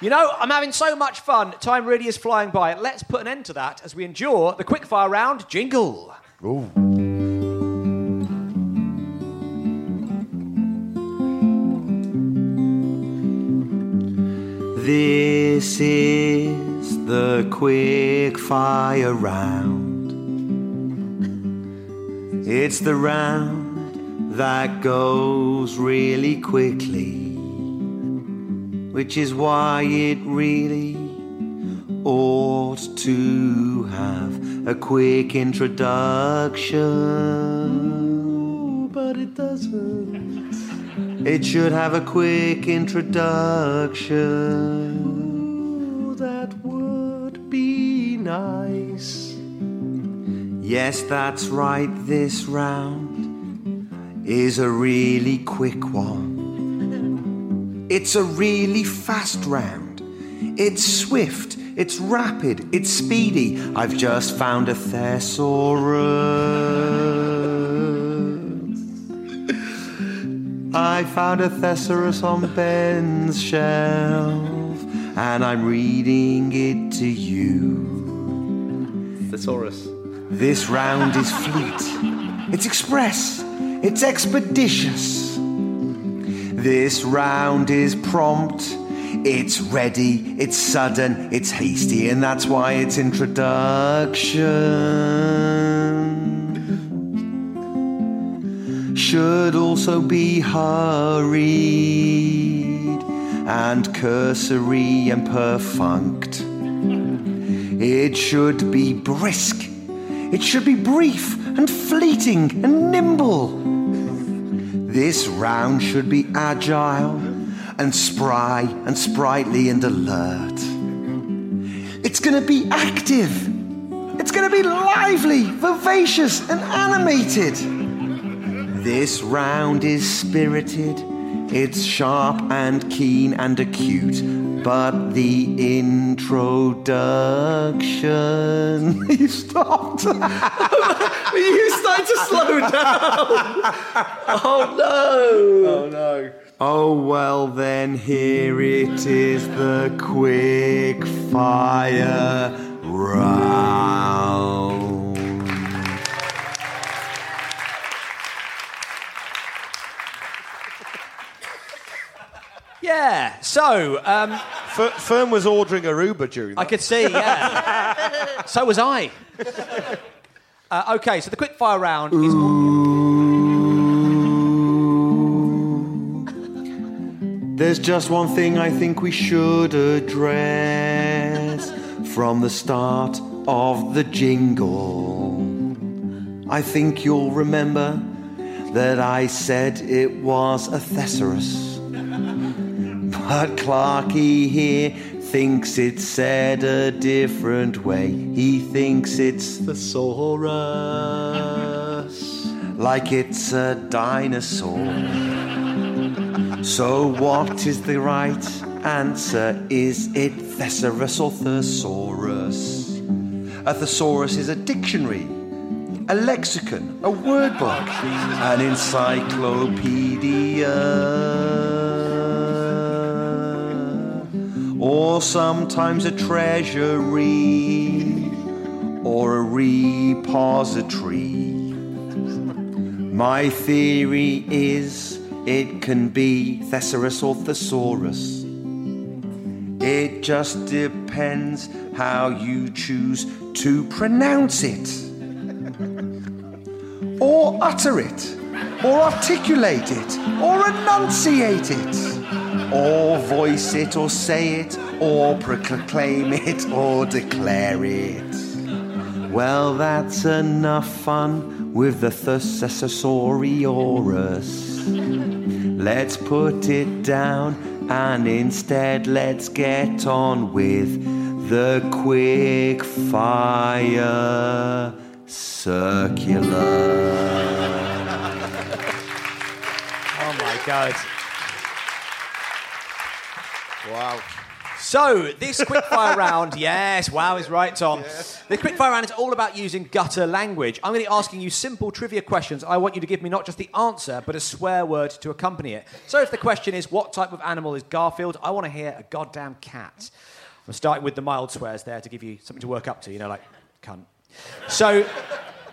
You know, I'm having so much fun. Time really is flying by. Let's put an end to that as we endure the quickfire round jingle.
Ooh.
This is the quick fire round. It's the round that goes really quickly, which is why it really ought to have a quick introduction. But it doesn't. It should have a quick introduction. that would be nice. Yes, that's right, this round is a really quick one. It's a really fast round. It's swift, it's rapid, it's speedy. I've just found a thesaurus. I found a thesaurus on Ben's shelf, and I'm reading it to you. Thesaurus. This round is fleet, it's express, it's expeditious. This round is prompt, It's ready, it's sudden, it's hasty, and that's why it's introduction. Should also be hurried and cursory and perfunct. It should be brisk. It should be brief and fleeting and nimble. This round should be agile and spry and sprightly and alert. It's going to be active. It's going to be lively, vivacious, and animated. This round is spirited. It's sharp and keen and acute. But the introduction. you stopped.
you started to slow down.
Oh no! Oh no. Oh well, then here it is the quick fire round.
Yeah. So, um,
Fern was ordering a Uber during.
I could see. Yeah. so was I. Uh, okay. So the quick fire round is.
There's just one thing I think we should address from the start of the jingle. I think you'll remember that I said it was a thesaurus. But Clarky here thinks it's said a different way. He thinks it's thesaurus, like it's a dinosaur. So, what is the right answer? Is it thesaurus or thesaurus? A thesaurus is a dictionary, a lexicon, a word book, an encyclopedia, or sometimes a treasury or a repository. My theory is it can be thesaurus or thesaurus. It just depends how you choose to pronounce it, or utter it, or articulate it, or enunciate it, or voice it, or say it, or proclaim it, or declare it. Well, that's enough fun with the Thesaurus. Let's put it down and instead let's get on with the quick fire circular.
Oh my god.
Wow.
So this quickfire round, yes, wow is right, Tom. The quickfire round is all about using gutter language. I'm going to be asking you simple trivia questions. I want you to give me not just the answer, but a swear word to accompany it. So if the question is what type of animal is Garfield, I want to hear a goddamn cat. I'm starting with the mild swears there to give you something to work up to. You know, like cunt. So,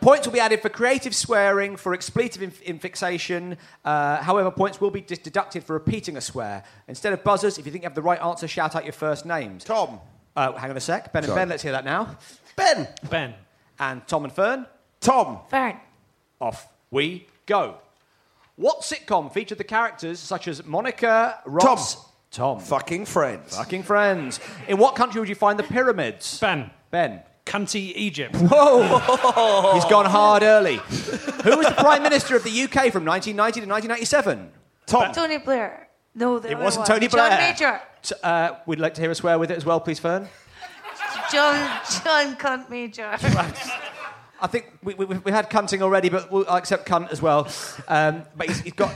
points will be added for creative swearing, for expletive inf- infixation. Uh, however, points will be dis- deducted for repeating a swear. Instead of buzzers, if you think you have the right answer, shout out your first names.
Tom.
Uh, hang on a sec. Ben and
Sorry.
Ben, let's hear that now.
Ben.
Ben. And Tom and Fern.
Tom.
Fern.
Off we go. What sitcom featured the characters such as Monica, Ross, Tom.
Fucking friends.
Fucking friends. In what country would you find the pyramids? Ben. Ben.
Cunty Egypt.
Whoa! He's gone hard early. Who was the Prime Minister of the UK from 1990 to 1997? Tom.
Tony Blair. No, the
It
other
wasn't
one.
Tony
John
Blair.
Major.
T- uh, we'd like to hear a swear with it as well, please, Fern.
John John Cunt Major.
I think we, we, we had cunting already, but we'll, I'll accept cunt as well. Um, but he's, he's got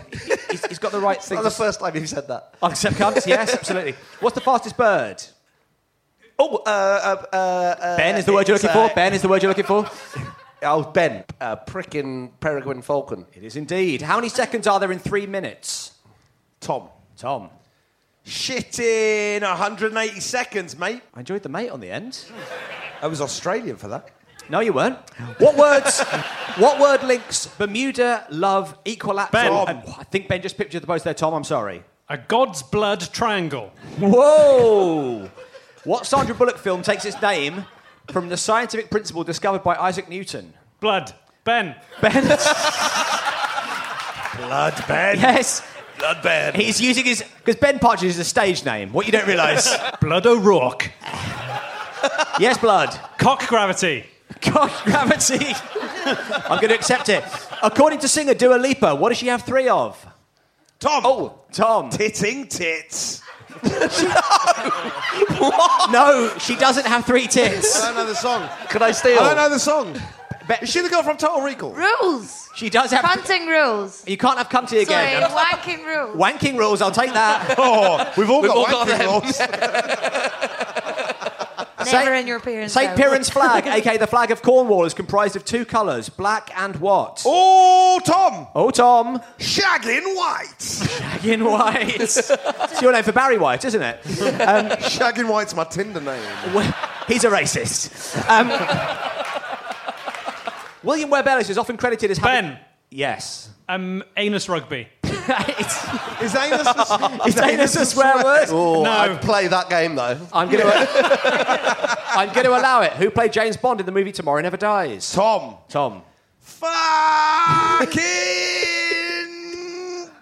he's, he's got the right thing.
Not the first time you've said that.
I'll accept cunt. Yes, absolutely. What's the fastest bird?
Oh, uh, uh, uh, uh,
Ben is the word you're
it's,
looking
uh,
for. Ben is the word you're looking for.
Oh, Ben, uh, pricking peregrine falcon.
It is indeed. How many seconds are there in three minutes?
Tom.
Tom.
Shit in 180 seconds, mate.
I enjoyed the mate on the end.
I was Australian for that.
No, you weren't. What words? what word links Bermuda, love, equilateral?
Ben.
and- I think Ben just pictured the both there. Tom, I'm sorry.
A God's Blood Triangle.
Whoa! What Sandra Bullock film takes its name from the scientific principle discovered by Isaac Newton?
Blood. Ben.
Ben.
Blood Ben.
Yes.
Blood Ben.
He's using his because Ben Partridge is a stage name. What you don't realise,
Blood O'Rourke.
yes, Blood.
Cock gravity.
Cock gravity. I'm going to accept it. According to singer Dua Lipa, what does she have three of?
Tom.
Oh, Tom.
Titting tits.
No, she doesn't have three tits.
I don't know the song.
Could I
I
steal?
don't know the song. Is she the girl from Total Recall?
Rules.
She does have.
Punting rules.
You can't have cunty again.
Sorry, wanking rules.
Wanking rules, I'll take that.
oh, we've all got wanking rules.
Never in your parents'
St.
house.
Piran's flag, aka the flag of Cornwall, is comprised of two colours, black and what?
Oh, Tom.
Oh, Tom.
Shagging White.
Shaggin White. it's your name for Barry White, isn't it? Um,
Shagging White's my Tinder name.
w- he's a racist. Um, William Webb Ellis is often credited as having...
Ben.
Yes.
Um, anus rugby.
it's,
Is anus a,
it's anus a swear word?
Oh,
No.
I'd play that game though.
I'm going to. I'm going to allow it. Who played James Bond in the movie Tomorrow Never Dies?
Tom.
Tom.
Fucking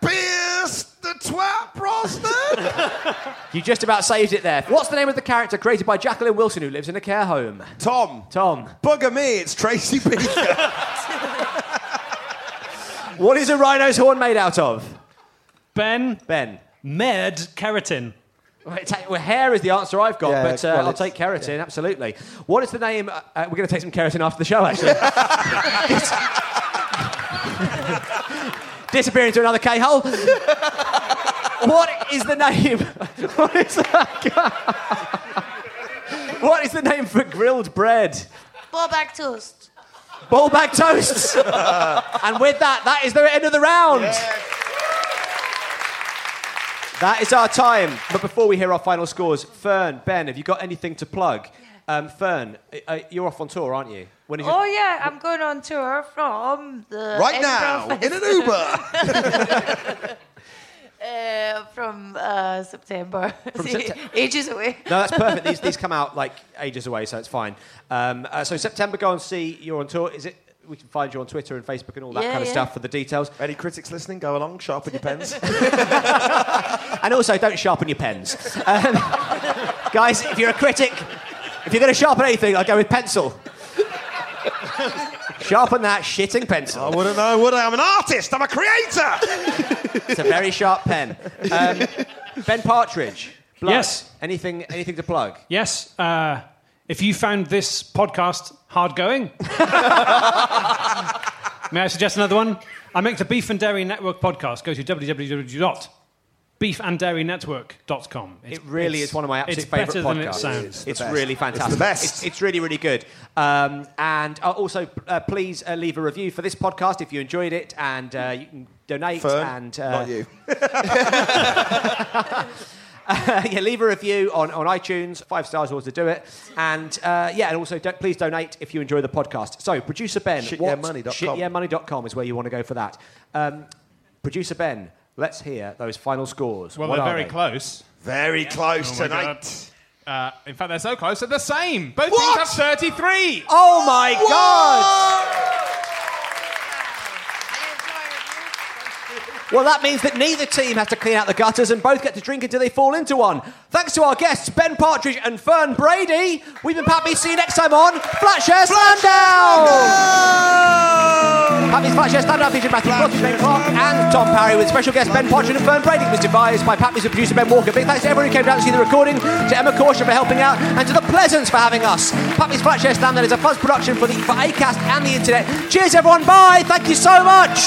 pierce the twat prostate.
You just about saved it there. What's the name of the character created by Jacqueline Wilson who lives in a care home?
Tom.
Tom.
Bugger me, it's Tracy Beaker.
What is a rhino's horn made out of?
Ben.
Ben.
Med keratin.
Right, ta- Well, hair is the answer I've got,
Yeah,
but uh,
well,
I'll
it's-
take keratin, absolutely. What is the name? Uh, uh, we're going to take some keratin after the show, actually. Disappear into another K hole. what is the name? what is that? what is the name for grilled bread?
Ball bag toast.
Ball bag toasts. and with that, that is the end of the round. That is our time. But before we hear our final scores, Fern, Ben, have you got anything to plug? Um, Fern, uh, you're off on tour, aren't you? When is your-
Oh yeah, I'm going on tour from the
right now,
Edinburgh
in an Uber.
uh, from uh, September. See,
Septe-
ages away.
No, that's perfect. These, these come out like ages away, so it's fine. Um, uh, so September, go and see. You're on tour. Is it? We can find you on Twitter and Facebook and all that
Yeah,
kind of
yeah.
stuff for the details.
Any critics listening, go along, sharpen your pens.
And also, don't sharpen your pens. Um, guys, if you're a critic, if you're going to sharpen anything, I'll go with pencil. sharpen that shitting pencil.
I wouldn't know, would I? I'm an artist, I'm a creator.
It's a very sharp pen. Um, ben Partridge. Blood.
Yes.
Anything, anything to plug?
Yes. Uh, if you found this podcast hard going, may I suggest another one? I make the Beef and Dairy Network podcast. Go to www.beefanddairynetwork.com. It's,
It really
it's-
is one of my absolute
it's
favourite
better
podcasts.
Than it sounds.
It's really fantastic.
It's the best.
It's, it's really, really good. Um, and uh, also, uh, please uh, leave a review for this podcast if you enjoyed it, and uh, you can donate.
Fern,
and uh,
Not you.
yeah, leave a review on, on iTunes. Five stars ought to do it. And uh, yeah, and also do please donate if you enjoy the podcast. So, producer Ben, what-
Shityeahmoney.com.
shityeahmoney.com is where you want to go for that. Um, producer Ben, let's hear those final scores.
Well,
What
they're
are
very
they?
close.
Very close
Oh my
tonight.
God. Uh, in fact, they're so close, they're the same. Both
What?
teams have 33.
Oh my God! Well, that means that neither team has to clean out the gutters and both get to drink until they fall into one. Thanks to our guests, Ben Partridge and Fern Brady. We've been Pappy. See you next time on Flatshare Slamdown! Pappy's Flatshare Slamdown featured Matthew Brooks, Ben Clark, and Tom Parry with special guests Ben Partridge and Fern Brady. It was devised by Pappy's and producer Ben Walker. Big thanks to everyone who came down to see the recording, to Emma Caution for helping out, and to the Pleasants for having us. Pappy's Flatshare Slamdown is a Fuzz production for, the, for ACAST and the internet. Cheers, everyone. Bye. Thank you so much.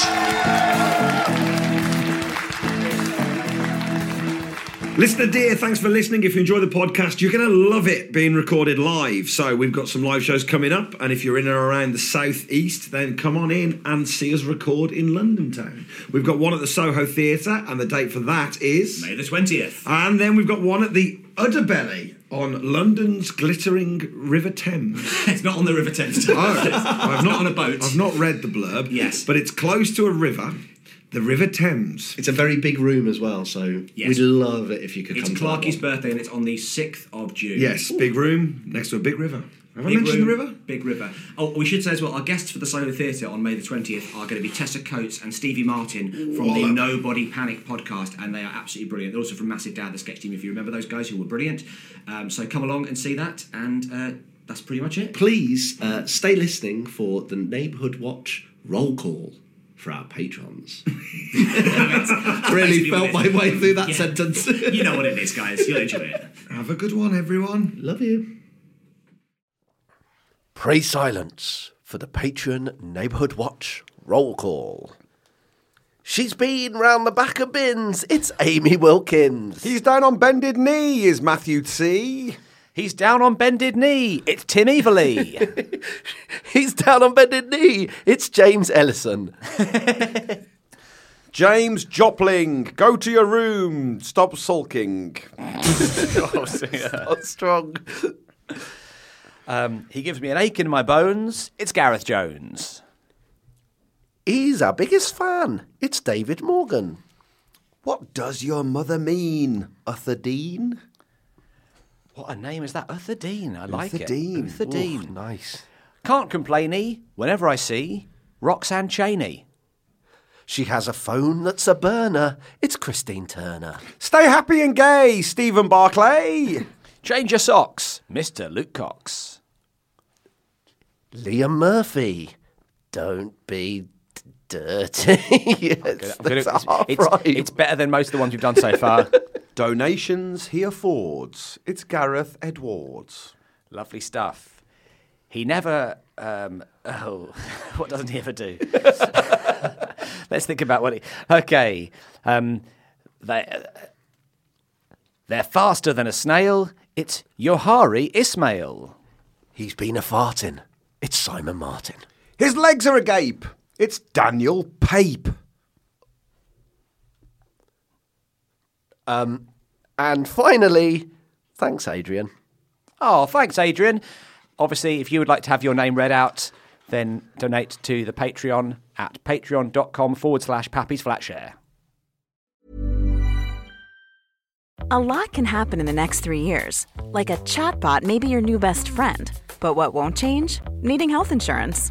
Listener dear, thanks for listening. If you enjoy the podcast, you're going to love it being recorded live. So we've got some live shows coming up, and if you're in and around the southeast, then come on in and see us record in London Town. We've got one at the Soho Theatre, and the date for that is
May the 20th.
And then we've got one at the Udderbelly on London's glittering River Thames.
It's not on the River Thames.
Oh, I've
not on a boat.
I've not read the blurb.
Yes.
but it's close to a river. the River Thames.
It's a very big room as well, so
Yes.
we'd love it if you could
It's
come. to that
Clarky's
one.
birthday and it's on the 6th of June.
Yes, big room next to a big river. Have I
Big
mentioned
room,
the river?
Big River. Oh, we should say as well, our guests for the Solo Theatre on May the 20th are going to be Tessa Coates and Stevie Martin from the
Wallop.
Nobody Panic podcast, and they are absolutely brilliant. They're also from Massive Dad, the sketch team, if you remember those guys who were brilliant. Um, so come along and see that, and uh, that's pretty much it.
Please uh, stay listening for the Neighbourhood Watch roll call for our patrons. really
Basically
felt
what
my
it is.
way through that
Yeah.
sentence.
you know what it is, guys. You'll enjoy it.
Have a good one, everyone.
Love you. Pray silence for the patron Neighbourhood Watch roll call. She's been round the back of bins. It's Amy Wilkins.
He's down on bended knee, is Matthew C.
He's down on bended knee. It's Tim Everly.
He's down on bended knee. It's James Ellison.
James Jopling, go to your room. Stop sulking.
Not strong.
Um, he gives me an ache in my bones. It's Gareth Jones.
He's our biggest fan. It's David Morgan.
What does your mother mean, Uther Dean?
What a name is that? Uther Dean. I like it.
Dean.
Uther
Ooh,
Dean.
nice.
Can't complainy whenever I see Roxanne Cheney.
She has a phone that's a burner. It's Christine Turner.
Stay happy and gay, Stephen Barclay.
Change your socks, Mr. Luke Cox.
Liam Murphy. Don't be d- dirty. yes,
I'm gonna-
that's half
it's,
right.
it's better than most of the ones we've done so far.
Donations he affords. It's Gareth Edwards.
Lovely stuff. He never. Um, oh, what doesn't he ever do? Let's think about what he. Okay. Um, they, they're faster than a snail. It's Yohari Ismail.
He's been a farting. It's Simon Martin.
His legs are agape. It's Daniel Pape.
Um, and finally, thanks, Adrian.
Oh, thanks, Adrian. Obviously, if you would like to have your name read out, then donate to the Patreon at patreon.com forward slash Pappy's Flatshare.
A lot can happen in the next three years. Like a chatbot may be your new best friend. But what won't change? Needing health insurance.